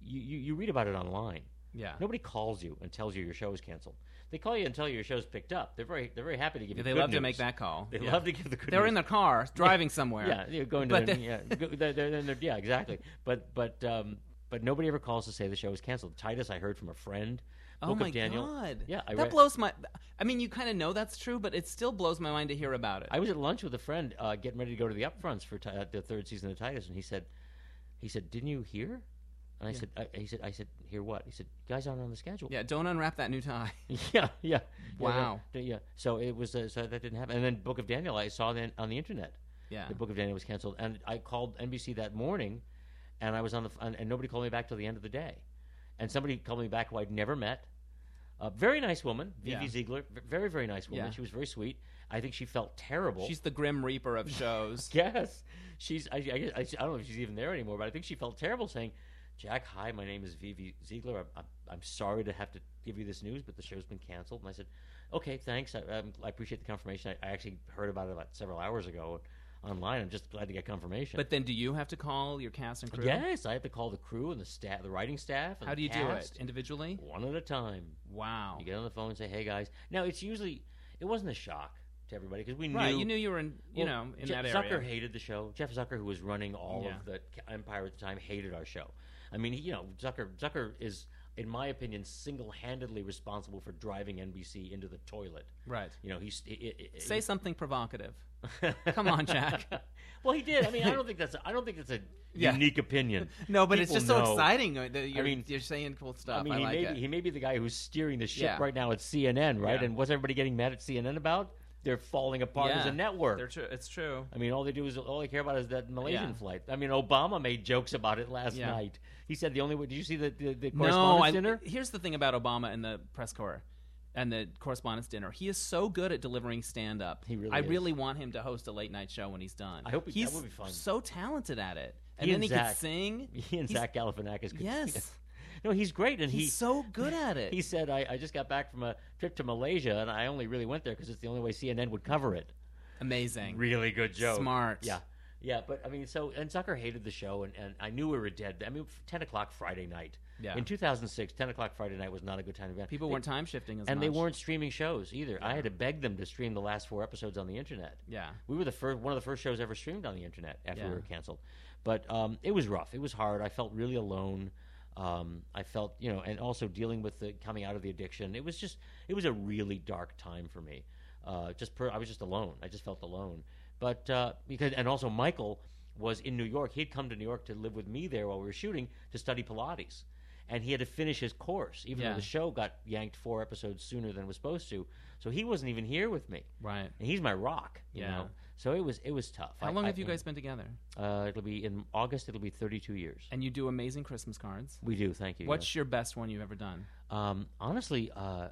Speaker 2: You, you, you read about it online.
Speaker 1: yeah.
Speaker 2: Nobody calls you and tells you your show is canceled. They call you and tell you your show's picked up. They're very they're very happy to give
Speaker 1: Yeah,
Speaker 2: you.
Speaker 1: they
Speaker 2: good
Speaker 1: love to
Speaker 2: news.
Speaker 1: make that call.
Speaker 2: They
Speaker 1: Yeah.
Speaker 2: love to give the. Good
Speaker 1: They're
Speaker 2: news.
Speaker 1: in their
Speaker 2: [LAUGHS]
Speaker 1: cars driving somewhere.
Speaker 2: Yeah, you're going to
Speaker 1: But
Speaker 2: their,
Speaker 1: they-
Speaker 2: yeah, go- they're, they're, they're- yeah, exactly. But but um, but nobody ever calls to say the show is canceled. Titus, I heard from a friend.
Speaker 1: Oh
Speaker 2: Book
Speaker 1: my
Speaker 2: of Daniel.
Speaker 1: god.
Speaker 2: Yeah, I
Speaker 1: that
Speaker 2: read-
Speaker 1: blows my. I mean, you kind of know that's true, but it still blows my mind to hear about it.
Speaker 2: I was at lunch with a friend uh, getting ready to go to the upfronts for ti- uh, the third season of Titus, and he said, he said, didn't you hear? And I
Speaker 1: Yeah.
Speaker 2: said, I, he said, I said, hear what? He said, you guys aren't on the schedule.
Speaker 1: yeah, don't unwrap that new tie. [LAUGHS]
Speaker 2: [LAUGHS] yeah, yeah. yeah,
Speaker 1: Wow.
Speaker 2: Yeah, yeah. So it was uh, so that didn't happen. And then Book of Daniel, I saw then on the internet.
Speaker 1: Yeah,
Speaker 2: the Book of Daniel was canceled, and I called NBC that morning, and I was on the phone, and nobody called me back till the end of the day, and somebody called me back who I'd never met. A very nice woman, Vivi
Speaker 1: Yeah.
Speaker 2: Ziegler, v- very very nice woman.
Speaker 1: Yeah.
Speaker 2: She was very sweet. I think she felt terrible.
Speaker 1: she's the grim reaper of
Speaker 2: [LAUGHS]
Speaker 1: shows.
Speaker 2: yes, she's. I, I, guess- I, I don't know if she's even there anymore, but I think she felt terrible saying, "Jack, hi, my name is Vivi Ziegler. I'm, I'm, I'm sorry to have to give you this news, but the show's been canceled." And I said, "Okay, thanks. I, um, I appreciate the confirmation. I, I actually heard about it about several hours ago online. I'm just glad to get confirmation."
Speaker 1: But then, do you have to call your cast and crew?
Speaker 2: Yes, I have to call the crew and the staff, the writing staff. And
Speaker 1: How
Speaker 2: the
Speaker 1: do you do it
Speaker 2: cast,
Speaker 1: individually?
Speaker 2: One at a time.
Speaker 1: Wow.
Speaker 2: You get on the phone and say, "Hey guys." Now it's usually it wasn't a shock to everybody because we knew.
Speaker 1: right. You knew you were in. You
Speaker 2: well,
Speaker 1: know, in
Speaker 2: Je-
Speaker 1: that
Speaker 2: Zucker
Speaker 1: area.
Speaker 2: hated the show. Jeff Zucker, who was running all
Speaker 1: Yeah.
Speaker 2: of the ca- Empire at the time, hated our show. I mean, he, you know, Zucker Zucker is, in my opinion, single-handedly responsible for driving NBC into the toilet.
Speaker 1: right.
Speaker 2: You know, he's it, it,
Speaker 1: Say something provocative.
Speaker 2: [LAUGHS]
Speaker 1: Come on, Jack.
Speaker 2: well, he did. I mean, I don't think that's a, I don't think that's a
Speaker 1: Yeah. [LAUGHS]
Speaker 2: unique opinion.
Speaker 1: No, but it's
Speaker 2: People
Speaker 1: just so
Speaker 2: know.
Speaker 1: exciting uh, that you're,
Speaker 2: mean-
Speaker 1: you're saying cool stuff.
Speaker 2: I
Speaker 1: I,
Speaker 2: mean, he
Speaker 1: like
Speaker 2: may
Speaker 1: it.
Speaker 2: be, he may be the guy who's steering the ship
Speaker 1: Yeah.
Speaker 2: right now at CNN, right?
Speaker 1: Yeah.
Speaker 2: And what's everybody getting mad at CNN about? They're falling apart as
Speaker 1: Yeah.
Speaker 2: a network.
Speaker 1: They're tru- it's true.
Speaker 2: I mean, all they do is all they care about is that Malaysian
Speaker 1: Yeah.
Speaker 2: flight. I mean, Obama made jokes about it last
Speaker 1: Yeah.
Speaker 2: night. He said the only way. Did you see the the, the correspondence
Speaker 1: No, I,
Speaker 2: dinner?
Speaker 1: here's the thing about Obama and the press corps and the correspondence dinner. He is so good at delivering stand up.
Speaker 2: He really
Speaker 1: I
Speaker 2: is.
Speaker 1: really want him to host a late night show when he's done.
Speaker 2: I hope he- that
Speaker 1: he's
Speaker 2: would be fun.
Speaker 1: so talented at it. And
Speaker 2: He
Speaker 1: then
Speaker 2: and
Speaker 1: he
Speaker 2: Zach.
Speaker 1: could sing.
Speaker 2: [LAUGHS] He and
Speaker 1: He's-
Speaker 2: Zach Galifianakis. Could,
Speaker 1: Yes.
Speaker 2: [LAUGHS] No, he's great, and
Speaker 1: He's
Speaker 2: he
Speaker 1: so
Speaker 2: [LAUGHS]
Speaker 1: good at it.
Speaker 2: he said I, I just got back from a trip to Malaysia, and I only really went there because it's the only way CNN would cover it.
Speaker 1: amazing.
Speaker 2: Really good joke.
Speaker 1: Smart.
Speaker 2: Yeah. Yeah, but I mean, so and Zucker hated the show, and, and I knew we were dead. I mean, f- ten o'clock Friday night
Speaker 1: Yeah.
Speaker 2: in two thousand six, ten o'clock Friday night was not a good time to be on.
Speaker 1: People
Speaker 2: They-
Speaker 1: weren't time shifting as
Speaker 2: and
Speaker 1: much.
Speaker 2: they weren't streaming shows either. I had to beg them to stream the last four episodes on the internet.
Speaker 1: Yeah.
Speaker 2: We were the first, one of the first shows ever streamed on the internet after
Speaker 1: Yeah.
Speaker 2: we were canceled. But um, it was rough. It was hard. I felt really alone. Um, I felt, you know, and also dealing with the coming out of the addiction. It was just, it was a really dark time for me. Uh, just, per, I was just alone. I just felt alone. But uh, because, and also Michael was in New York. He had come to New York to live with me there while we were shooting to study Pilates, and he had to finish his course, even
Speaker 1: Yeah.
Speaker 2: though the show got yanked four episodes sooner than it was supposed to. So he wasn't even here with me.
Speaker 1: Right.
Speaker 2: And he's my rock. You
Speaker 1: Yeah.
Speaker 2: Know? So it was it was tough.
Speaker 1: How
Speaker 2: I-
Speaker 1: long
Speaker 2: I-
Speaker 1: have you guys been together?
Speaker 2: Uh, it'll be in August. It'll be 32 years.
Speaker 1: And you do amazing Christmas cards.
Speaker 2: We do. Thank you. Um,
Speaker 1: What's your best one you've ever done?
Speaker 2: yes. um, honestly? Uh,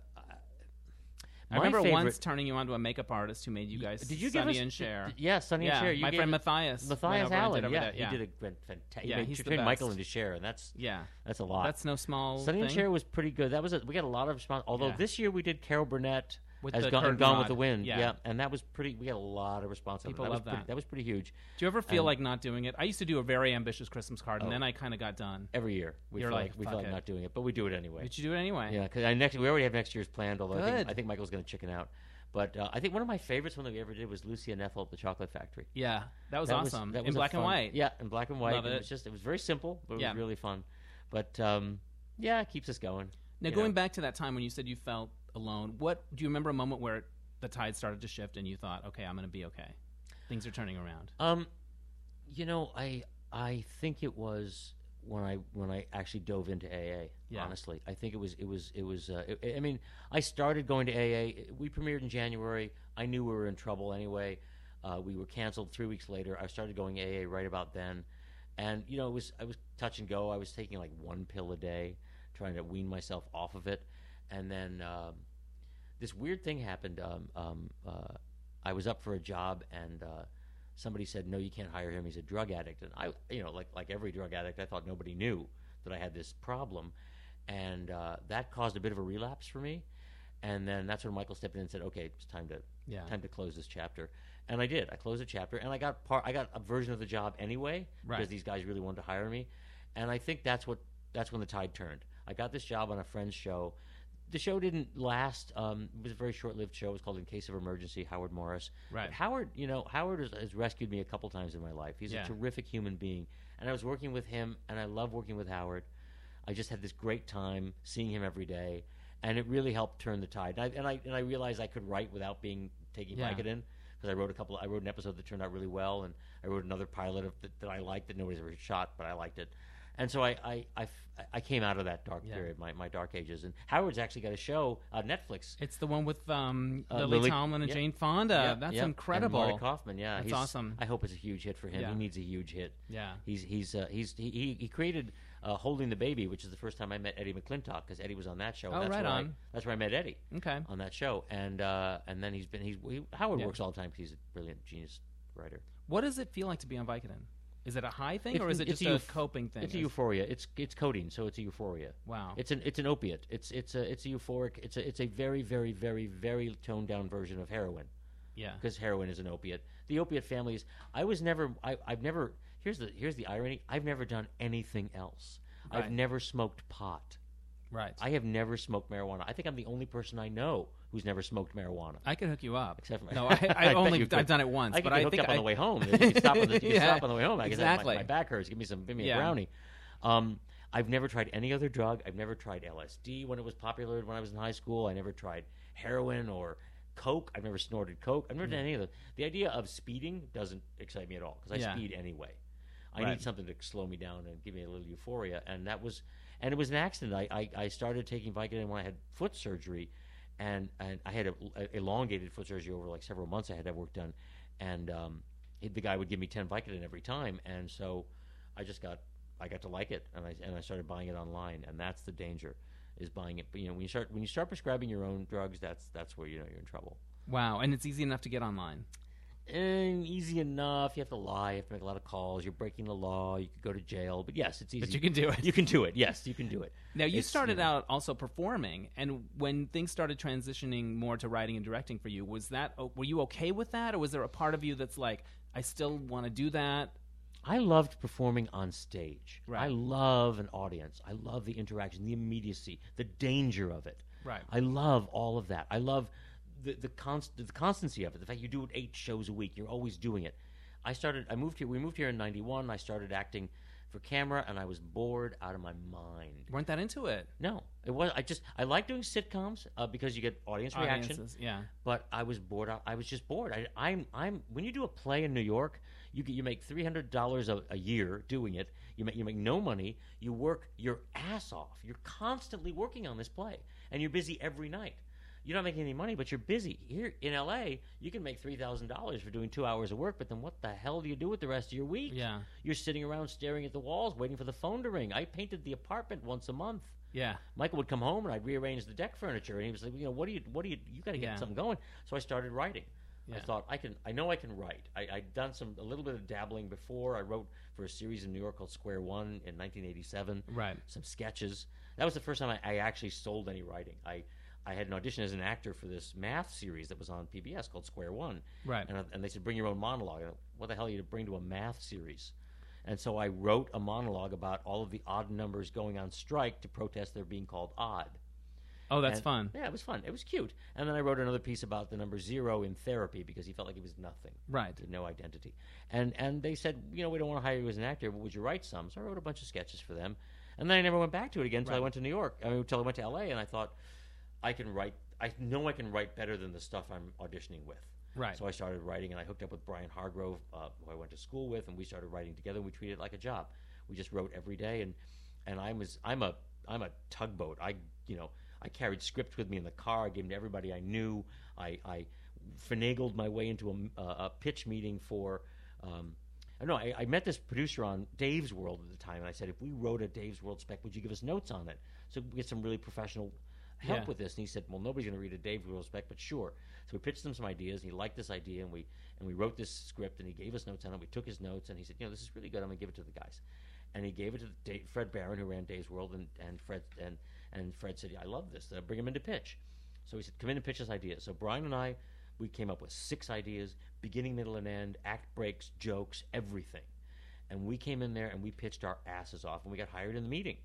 Speaker 1: I
Speaker 2: My
Speaker 1: remember
Speaker 2: favorite-
Speaker 1: once turning you onto a makeup artist who made you guys
Speaker 2: Did you
Speaker 1: Sonny
Speaker 2: give us
Speaker 1: and Cher.
Speaker 2: d- d- Yeah, Sonny
Speaker 1: yeah,
Speaker 2: and Cher. You
Speaker 1: my
Speaker 2: gave
Speaker 1: friend
Speaker 2: us-
Speaker 1: Matthias. went
Speaker 2: Matthias
Speaker 1: over and
Speaker 2: Allen.
Speaker 1: did over
Speaker 2: yeah,
Speaker 1: that. yeah,
Speaker 2: he did a fantastic.
Speaker 1: Yeah,
Speaker 2: Yeah, he
Speaker 1: he's the
Speaker 2: turned Michael
Speaker 1: best.
Speaker 2: into Cher, and that's
Speaker 1: yeah.
Speaker 2: that's a lot.
Speaker 1: That's no small.
Speaker 2: Sonny
Speaker 1: thing.
Speaker 2: and Cher was pretty good. That was a, we got a lot of response. Although
Speaker 1: Yeah.
Speaker 2: this year we did Carol Burnett
Speaker 1: With
Speaker 2: as
Speaker 1: the
Speaker 2: Gone,
Speaker 1: curtain
Speaker 2: Gone with
Speaker 1: rod.
Speaker 2: the Wind.
Speaker 1: Yeah.
Speaker 2: and that was pretty. We got a lot of response. on
Speaker 1: People
Speaker 2: that
Speaker 1: love
Speaker 2: was pretty,
Speaker 1: that.
Speaker 2: That was pretty huge
Speaker 1: Do you ever feel
Speaker 2: Um,
Speaker 1: like not doing it? I used to do a very ambitious Christmas card, and
Speaker 2: Oh.
Speaker 1: then I kind of got done.
Speaker 2: every year. We
Speaker 1: You're
Speaker 2: feel
Speaker 1: like,
Speaker 2: we feel
Speaker 1: "Fuck
Speaker 2: like
Speaker 1: it."
Speaker 2: not doing it, but we do it anyway.
Speaker 1: Did you do it anyway?
Speaker 2: Yeah, because I next we already have next year's planned. Although I think,
Speaker 1: Good.
Speaker 2: I think Michael's going to chicken out. But uh, I think one of my favorites, one that we ever did, was Lucia Neffel at the Chocolate Factory.
Speaker 1: Yeah, that was awesome.
Speaker 2: that
Speaker 1: In
Speaker 2: was a
Speaker 1: black and
Speaker 2: fun-
Speaker 1: white.
Speaker 2: Yeah, in black and white.
Speaker 1: Love
Speaker 2: and it.
Speaker 1: it.
Speaker 2: was just it was very simple, but it
Speaker 1: Yeah.
Speaker 2: was really fun. But um, yeah, it keeps us going.
Speaker 1: Now
Speaker 2: you
Speaker 1: going
Speaker 2: know.
Speaker 1: back to that time when you said you felt alone, what do you remember a moment where the tide started to shift and you thought, "Okay, I'm going to be okay. Things are turning around."
Speaker 2: Um, you know, I I think it was when I when I actually dove into AA.
Speaker 1: Yeah.
Speaker 2: Honestly, I think it was it was it was. Uh, it, I mean, I started going to AA. We premiered in January. I knew we were in trouble anyway. Uh, we were canceled three weeks later. I started going to AA right about then, and you know, it was I was touch and go. I was taking like one pill a day, trying to wean myself off of it, and then. Um, this weird thing happened. Um, um, uh, I was up for a job, and uh, somebody said, "No, you can't hire him. He's a drug addict." And I, you know, like like every drug addict, I thought nobody knew that I had this problem, and uh, that caused a bit of a relapse for me. And then that's when Michael stepped in and said, "Okay, it's time to
Speaker 1: Yeah.
Speaker 2: time to close this chapter." And I did. I closed the chapter, and I got part. I got a version of the job anyway
Speaker 1: Right.
Speaker 2: because these guys really wanted to hire me, and I think that's what that's when the tide turned. I got this job on a friend's show. The show didn't last. Um, it was a very short-lived show. It was called "In Case of Emergency." Howard Morris.
Speaker 1: Right.
Speaker 2: But Howard, you know, Howard has, has rescued me a couple times in my life. He's
Speaker 1: Yeah.
Speaker 2: a terrific human being, and I was working with him, and I love working with Howard. I just had this great time seeing him every day, and it really helped turn the tide. And I and I, and I realized I could write without being taking
Speaker 1: Yeah.
Speaker 2: Vicodin because I wrote a couple. I wrote an episode that turned out really well, and I wrote another pilot of, that, that I liked that nobody's ever shot, but I liked it. And so I I, I f- I came out of that dark
Speaker 1: Yeah.
Speaker 2: period, my, my dark ages. And Howard's actually got a show on Netflix.
Speaker 1: It's the one with um,
Speaker 2: Uh,
Speaker 1: Lily,
Speaker 2: Lily-
Speaker 1: Tomlin and
Speaker 2: yeah.
Speaker 1: Jane Fonda.
Speaker 2: Yeah,
Speaker 1: That's
Speaker 2: yeah.
Speaker 1: incredible.
Speaker 2: And Marta Kaufman, yeah,
Speaker 1: That's
Speaker 2: he's-
Speaker 1: awesome.
Speaker 2: I hope it's a huge hit for him.
Speaker 1: Yeah.
Speaker 2: He needs a huge hit.
Speaker 1: yeah.
Speaker 2: He's he's uh, he's he, he, he created uh, holding the baby, which is the first time I met Eddie McClintock because Eddie was on that show. and
Speaker 1: Oh,
Speaker 2: that's
Speaker 1: right
Speaker 2: where I-
Speaker 1: on.
Speaker 2: that's where I met Eddie
Speaker 1: Okay.
Speaker 2: on that show, and uh, and then he's been he's he, Howard
Speaker 1: Yeah.
Speaker 2: works all the time because he's a brilliant genius writer.
Speaker 1: What does it feel like to be on Vicodin? Is it a high thing
Speaker 2: It's-
Speaker 1: or is it
Speaker 2: it's
Speaker 1: just
Speaker 2: a
Speaker 1: a,
Speaker 2: euph-
Speaker 1: coping thing?
Speaker 2: It's a
Speaker 1: Is-
Speaker 2: euphoria. It's it's codeine, so it's a euphoria.
Speaker 1: wow.
Speaker 2: It's an it's an opiate. It's it's a it's a euphoric. It's a it's a very very very very toned down version of heroin.
Speaker 1: yeah.
Speaker 2: because heroin is an opiate. The opiate family is. I was never. I, I've never. Here's the here's the irony. I've never done anything else.
Speaker 1: Right.
Speaker 2: I've never smoked pot.
Speaker 1: Right. I,
Speaker 2: I have never smoked marijuana. I think I'm the only person I know who's never smoked marijuana.
Speaker 1: could hook you up.
Speaker 2: Except for [LAUGHS]
Speaker 1: no, I,
Speaker 2: I
Speaker 1: I
Speaker 2: bet
Speaker 1: only
Speaker 2: you
Speaker 1: I've
Speaker 2: could.
Speaker 1: done it once,
Speaker 2: I
Speaker 1: but
Speaker 2: could
Speaker 1: I
Speaker 2: get hooked
Speaker 1: think
Speaker 2: up on
Speaker 1: I,
Speaker 2: the way home. You can stop on the, you
Speaker 1: [LAUGHS]
Speaker 2: can
Speaker 1: Yeah,
Speaker 2: stop on the way home. I guess that-
Speaker 1: exactly.
Speaker 2: my, my back hurts. Give me some. Give me
Speaker 1: Yeah.
Speaker 2: a brownie. Um, I've never tried any other drug. I've never tried LSD when it was popular when I was in high school. I never tried heroin or coke. I've never snorted coke. I've never
Speaker 1: Mm.
Speaker 2: done any of those. The idea of speeding doesn't excite me at all because I
Speaker 1: Yeah.
Speaker 2: speed anyway. I
Speaker 1: Right.
Speaker 2: need something to slow me down and give me a little euphoria. And that was, and it was an accident. I, I, I started taking Vicodin when I had foot surgery, and, and I had a, a elongated foot surgery over like several months. I had to have work done, and um, he- the guy would give me ten Vicodin every time, and so I just got I got to like it, and I and I started buying it online, and that's the danger, is buying it. But you know when you start when you start prescribing your own drugs, that's that's where you know you're in trouble.
Speaker 1: wow, and it's easy enough to get online.
Speaker 2: And Eh, easy enough. You have to lie. You have to make a lot of calls. You're breaking the law. You could go to jail. But yes, it's easy.
Speaker 1: But you can do it.
Speaker 2: You can do it. Yes, you can do it.
Speaker 1: Now you
Speaker 2: It's,
Speaker 1: started
Speaker 2: know,
Speaker 1: out also performing, and when things started transitioning more to writing and directing for you, was that oh, were you okay with that, or was there a part of you that's like, I still want to do that?
Speaker 2: I loved performing on stage.
Speaker 1: Right.
Speaker 2: I love an audience. I love the interaction, the immediacy, the danger of it.
Speaker 1: Right.
Speaker 2: I love all of that. I love the the, const, the constancy of it. The fact you do it eight shows a week, you're always doing it. I started. I moved here. We moved here in '91. I started acting for camera, and I was bored out of my mind.
Speaker 1: Weren't that into it?
Speaker 2: No, it was. I just I like doing sitcoms uh, because you get audience reaction
Speaker 1: Audiences, yeah.
Speaker 2: but I was bored. I- I was just bored. I, I'm, I'm. When you do a play in New York, you get, you make three hundred dollars a a year doing it. You make you make no money. You work your ass off. You're constantly working on this play, and you're busy every night. You- you're not making any money, but you're busy. Here in LA, you can make three thousand dollars for doing two hours of work, but then what the hell do you do with the rest of your week?
Speaker 1: Yeah.
Speaker 2: You're sitting around staring at the walls, waiting for the phone to ring. I painted the apartment once a month.
Speaker 1: Yeah.
Speaker 2: Michael would come home and I'd rearrange the deck furniture, and he was like, you know, what do you, what do you, you got to get
Speaker 1: Yeah.
Speaker 2: something going. So I started writing. I
Speaker 1: Yeah.
Speaker 2: thought I can, I know I can write. I, I'd done some a little bit of dabbling before. I wrote for a series in New York called Square One in 1987
Speaker 1: Right.
Speaker 2: some sketches. That was the first time I, I actually sold any writing. I, I had an audition as an actor for this math series that was on PBS called Square One,
Speaker 1: Right.
Speaker 2: and, and they said bring your own monologue. I went, what the hell are you to bring to a math series? And so I wrote a monologue about all of the odd numbers going on strike to protest their being called odd.
Speaker 1: Oh, that's
Speaker 2: And-
Speaker 1: fun.
Speaker 2: Yeah, it was fun. It was cute. And then I wrote another piece about the number zero in therapy because he felt like he was nothing
Speaker 1: Right.
Speaker 2: had no identity. And and they said, you know, we don't want to hire you as an actor, but would you write some? So I wrote a bunch of sketches for them, and then I never went back to it again until I
Speaker 1: Right.
Speaker 2: went to New York. I mean, until I went to L.A. and I thought, I can write. I know I can write better than the stuff I'm auditioning with.
Speaker 1: Right.
Speaker 2: So I started writing, and I hooked up with Brian Hargrove, uh, who I went to school with, and we started writing together. and We treated it like a job. We just wrote every day, and and I was I'm a I'm a tugboat. I you know I carried scripts with me in the car. I gave them to everybody I knew. I I finagled my way into a m- a, a pitch meeting for. Um, I don't know. I, I met this producer on Dave's World at the time, and I said, if we wrote a Dave's World spec, would you give us notes on it? So we get some really professional help
Speaker 1: Yeah.
Speaker 2: with this. And he said, well, nobody's going to read a Dave's World spec, but sure. So we pitched him some ideas, and he liked this idea, and we and we wrote this script, and he gave us notes on it. We took his notes, and he said, you know, this is really good. I'm going to give it to the guys and he gave it to Dave, Fred Barron, who ran Dave's World, and, and Fred and and Fred said, "I love this. Uh, bring him into pitch." So he said, "Come in and pitch this idea." So Brian and I, we came up with six ideas: beginning, middle, and end, act breaks, jokes, everything. And we came in there and we pitched our asses off, and we got hired in the meeting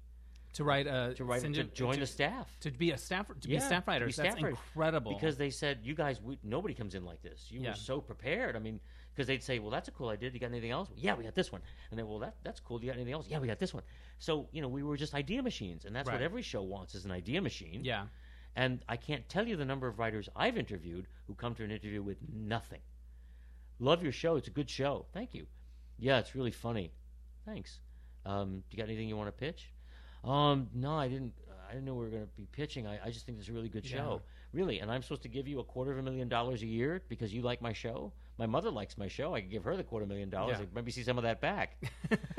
Speaker 1: To write a
Speaker 2: to write
Speaker 1: Sinjin-
Speaker 2: to join
Speaker 1: to,
Speaker 2: the staff.
Speaker 1: to be a staff to
Speaker 2: Yeah,
Speaker 1: be staff
Speaker 2: to be
Speaker 1: writers.
Speaker 2: staff
Speaker 1: that's
Speaker 2: writers.
Speaker 1: incredible.
Speaker 2: Because they said, "You guys, we, nobody comes in like this. You
Speaker 1: Yeah.
Speaker 2: were so prepared." I mean, because they'd say, "Well, that's a cool idea. You got anything else?" Yeah, we got this one. And then, "Well, that that's cool. Do you got anything else?" Yeah, we got this one. So you know, we were just idea machines, and that's what
Speaker 1: Right.
Speaker 2: every show wants is an idea machine. [LAUGHS]
Speaker 1: yeah, [LAUGHS]
Speaker 2: And I can't tell you the number of writers I've interviewed who come to an interview with nothing. Love your show. It's a good show. Thank you. Yeah, it's really funny. Thanks. Um, do you got anything you want to pitch? Um, no, I didn't. I didn't know we were going to be pitching. I, I just think it's a really good
Speaker 1: Yeah.
Speaker 2: show. Really, and I'm supposed to give you a quarter of a million dollars a year because you like my show. My mother likes my show. I could give her the quarter million dollars.
Speaker 1: Yeah.
Speaker 2: and Maybe see some of
Speaker 1: [LAUGHS]
Speaker 2: that back.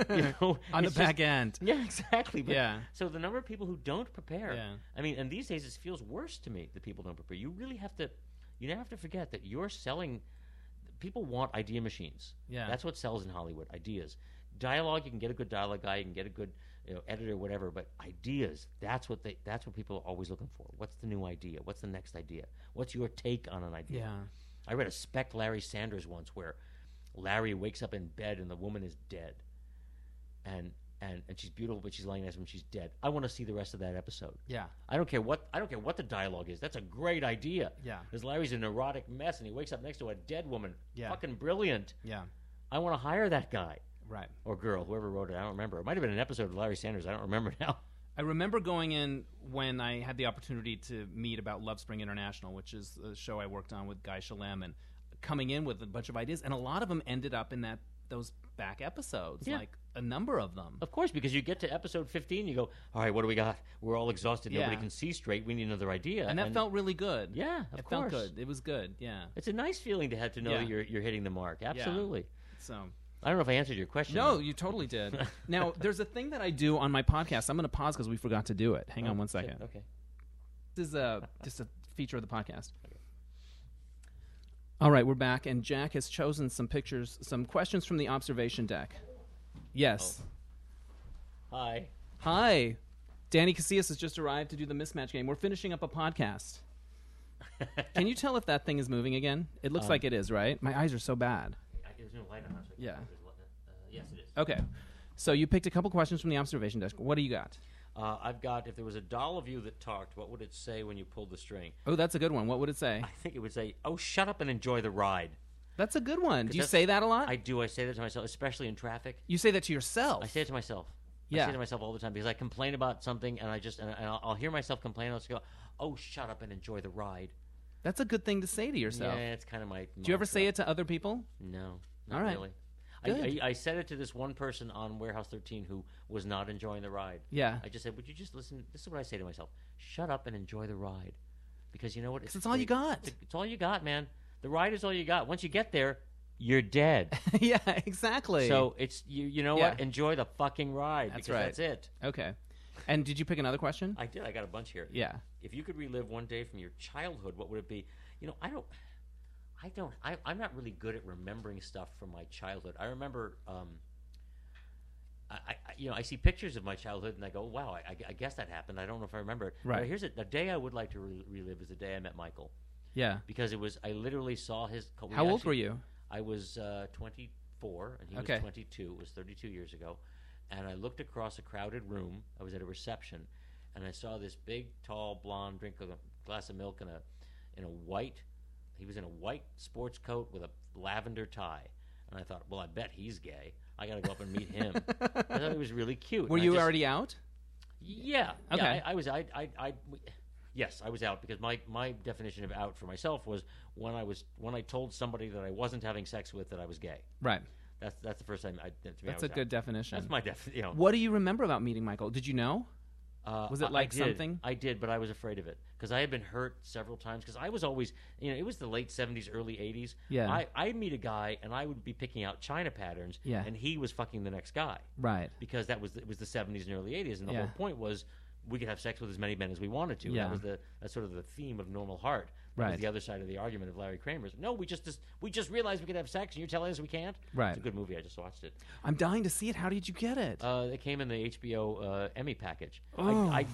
Speaker 2: you know,
Speaker 1: on the
Speaker 2: it's just-
Speaker 1: back [LAUGHS] end.
Speaker 2: yeah, exactly. But
Speaker 1: Yeah.
Speaker 2: So the number of people who don't prepare.
Speaker 1: Yeah.
Speaker 2: I mean, and these days it feels worse to me that people don't prepare. You really have to. You never have to forget that you're selling. People want idea machines.
Speaker 1: Yeah.
Speaker 2: That's what sells in Hollywood. Ideas, dialogue. You can get a good dialogue guy. You can get a good you know, editor, whatever. But ideas. That's what they. That's what people are always looking for. What's the new idea? What's the next idea? What's your take on an idea?
Speaker 1: Yeah,
Speaker 2: I read a spec Larry Sanders once where Larry wakes up in bed and the woman is dead. And and, and she's beautiful, but she's lying next to him. She's dead. I want to see the rest of that episode.
Speaker 1: yeah,
Speaker 2: I don't care what I don't care what the dialogue is. That's a great idea.
Speaker 1: yeah,
Speaker 2: Because Larry's a neurotic mess, and he wakes up next to a dead woman.
Speaker 1: Yeah.
Speaker 2: Fucking brilliant.
Speaker 1: yeah.
Speaker 2: I want to hire that guy
Speaker 1: Right.
Speaker 2: or girl, whoever wrote it. I don't remember. It might have been an episode of Larry Sanders. I don't remember [LAUGHS] now.
Speaker 1: I remember going in when I had the opportunity to meet about Love Spring International, which is a show I worked on with Guy Shalem, and coming in with a bunch of ideas, and a lot of them ended up in that those back episodes,
Speaker 2: Yeah.
Speaker 1: like a number of them.
Speaker 2: Of course, because you get to episode fifteen, you go, "All right, what do we got? We're all exhausted. Nobody
Speaker 1: Yeah.
Speaker 2: can see straight. We need another idea."
Speaker 1: and that felt really good.
Speaker 2: yeah, of
Speaker 1: it
Speaker 2: course.
Speaker 1: felt good. It was good. Yeah.
Speaker 2: It's a nice feeling to have to know
Speaker 1: Yeah.
Speaker 2: that you're you're hitting the mark. Absolutely.
Speaker 1: So
Speaker 2: I don't know if I answered your question.
Speaker 1: no, you totally did. [LAUGHS] now there's a thing that I do on my podcast. I'm going to pause because we forgot to do it. Hang on one second.
Speaker 2: Okay.
Speaker 1: This is a just a feature of the podcast. All right, we're back, and Jack has chosen some pictures, some questions from the observation deck. Yes.
Speaker 2: Hi.
Speaker 1: Hi, Danny Casillas has just arrived to do the mismatch game. We're finishing up a [LAUGHS] podcast. Can you tell if that thing is moving again? It looks like it is, right? My eyes are so bad.
Speaker 2: I, there's no light on. So I
Speaker 1: Yeah.
Speaker 2: there's light- uh, yes, it is.
Speaker 1: Okay, so you picked a couple questions from the observation desk. What do you got?
Speaker 2: Uh, I've got. If there was a doll of you that talked, what would it say when you pulled the string?
Speaker 1: Oh, that's a good one. What would it say?
Speaker 2: I think it would say, "Oh, shut up and enjoy the ride."
Speaker 1: That's a good one. Do you
Speaker 2: that's-
Speaker 1: say that a lot?
Speaker 2: I do. I say that to myself, especially in traffic.
Speaker 1: you say that to yourself.
Speaker 2: I say it to myself. I
Speaker 1: Yeah.
Speaker 2: say it to myself all the time because I complain about something, and I just and, I- and I'll, I'll hear myself complain. I'll just go, "Oh, shut up and enjoy the ride."
Speaker 1: That's a good thing to say to yourself.
Speaker 2: Yeah, it's kind of my.
Speaker 1: Do you ever say it to other people?
Speaker 2: No, not
Speaker 1: All right.
Speaker 2: really.
Speaker 1: Good.
Speaker 2: I, I, I said it to this one person on Warehouse 13 who was not enjoying the ride.
Speaker 1: Yeah.
Speaker 2: I just said, "Would you just listen?" This is what I say to myself: "Shut up and enjoy the ride." because you know what?
Speaker 1: 'Cause it's all you got.
Speaker 2: It's, it's all you got, man. The ride is all you got. Once you get there,
Speaker 1: [LAUGHS]
Speaker 2: you're dead.
Speaker 1: yeah, exactly.
Speaker 2: so it's you. You know what?
Speaker 1: Yeah.
Speaker 2: Enjoy the fucking ride.
Speaker 1: That's
Speaker 2: because
Speaker 1: right.
Speaker 2: That's it.
Speaker 1: okay. And did you pick another question?
Speaker 2: I did. I got a bunch here.
Speaker 1: yeah.
Speaker 2: If you could relive one day from your childhood, what would it be? You know, I don't. I don't. I, I'm not really good at remembering stuff from my childhood. I remember. Um, I, I I- you know I see pictures of my childhood and I go, wow, I, I- I guess that happened. I don't know if I remember it.
Speaker 1: Right.
Speaker 2: But here's a, a day I would like to re- relive is the day I met Michael
Speaker 1: Yeah.
Speaker 2: because it was I literally saw his. co- we
Speaker 1: How old
Speaker 2: actually-
Speaker 1: were
Speaker 2: [LAUGHS]
Speaker 1: you?
Speaker 2: I was uh, 24 and he
Speaker 1: Okay.
Speaker 2: was 22. It was 32 years ago. And I looked across a crowded room. I was at a reception and I saw this big, tall, blonde drink of a glass of milk and a in a white he was in a white sports coat with a lavender tie. And I thought, well, I bet he's gay. I got to go up and meet him.
Speaker 1: [LAUGHS]
Speaker 2: I thought he was really cute.
Speaker 1: Were
Speaker 2: and I
Speaker 1: you
Speaker 2: just-
Speaker 1: already out?
Speaker 2: yeah.
Speaker 1: Okay.
Speaker 2: Yeah, I, I was. I, I. I. we- Yes, I was out because my my definition of out for myself was when I was when I told somebody that I wasn't having sex with that I was gay.
Speaker 1: Right.
Speaker 2: That's that's the first time. I, that to me, I
Speaker 1: That's a
Speaker 2: was out.
Speaker 1: good definition.
Speaker 2: That's my definition. You know,
Speaker 1: What do you remember about meeting Michael? Did you know?
Speaker 2: uh,
Speaker 1: was it
Speaker 2: I- I
Speaker 1: like
Speaker 2: did.
Speaker 1: something?
Speaker 2: I did, but I was afraid of it because I had been hurt several times. Because I was always, you know, it was the late seventies, early eighties.
Speaker 1: Yeah.
Speaker 2: I I meet a guy and I would be picking out China patterns.
Speaker 1: Yeah.
Speaker 2: and he was fucking the next guy.
Speaker 1: Right.
Speaker 2: because that was it was the 70s and early 80s, and the
Speaker 1: Yeah.
Speaker 2: whole point was we could have sex with as many men as we wanted to.
Speaker 1: Yeah.
Speaker 2: That was the that's sort of the theme of Normal Heart. That
Speaker 1: Right.
Speaker 2: was the other side of the argument of Larry Kramer's. No, we just, just we just realized we could have sex, and you're telling us we can't.
Speaker 1: Right.
Speaker 2: It's a good movie. I just watched it.
Speaker 1: I'm dying to see it. How did you get it?
Speaker 2: Uh, it came in the HBO uh, Emmy package.
Speaker 1: Oh.
Speaker 2: I,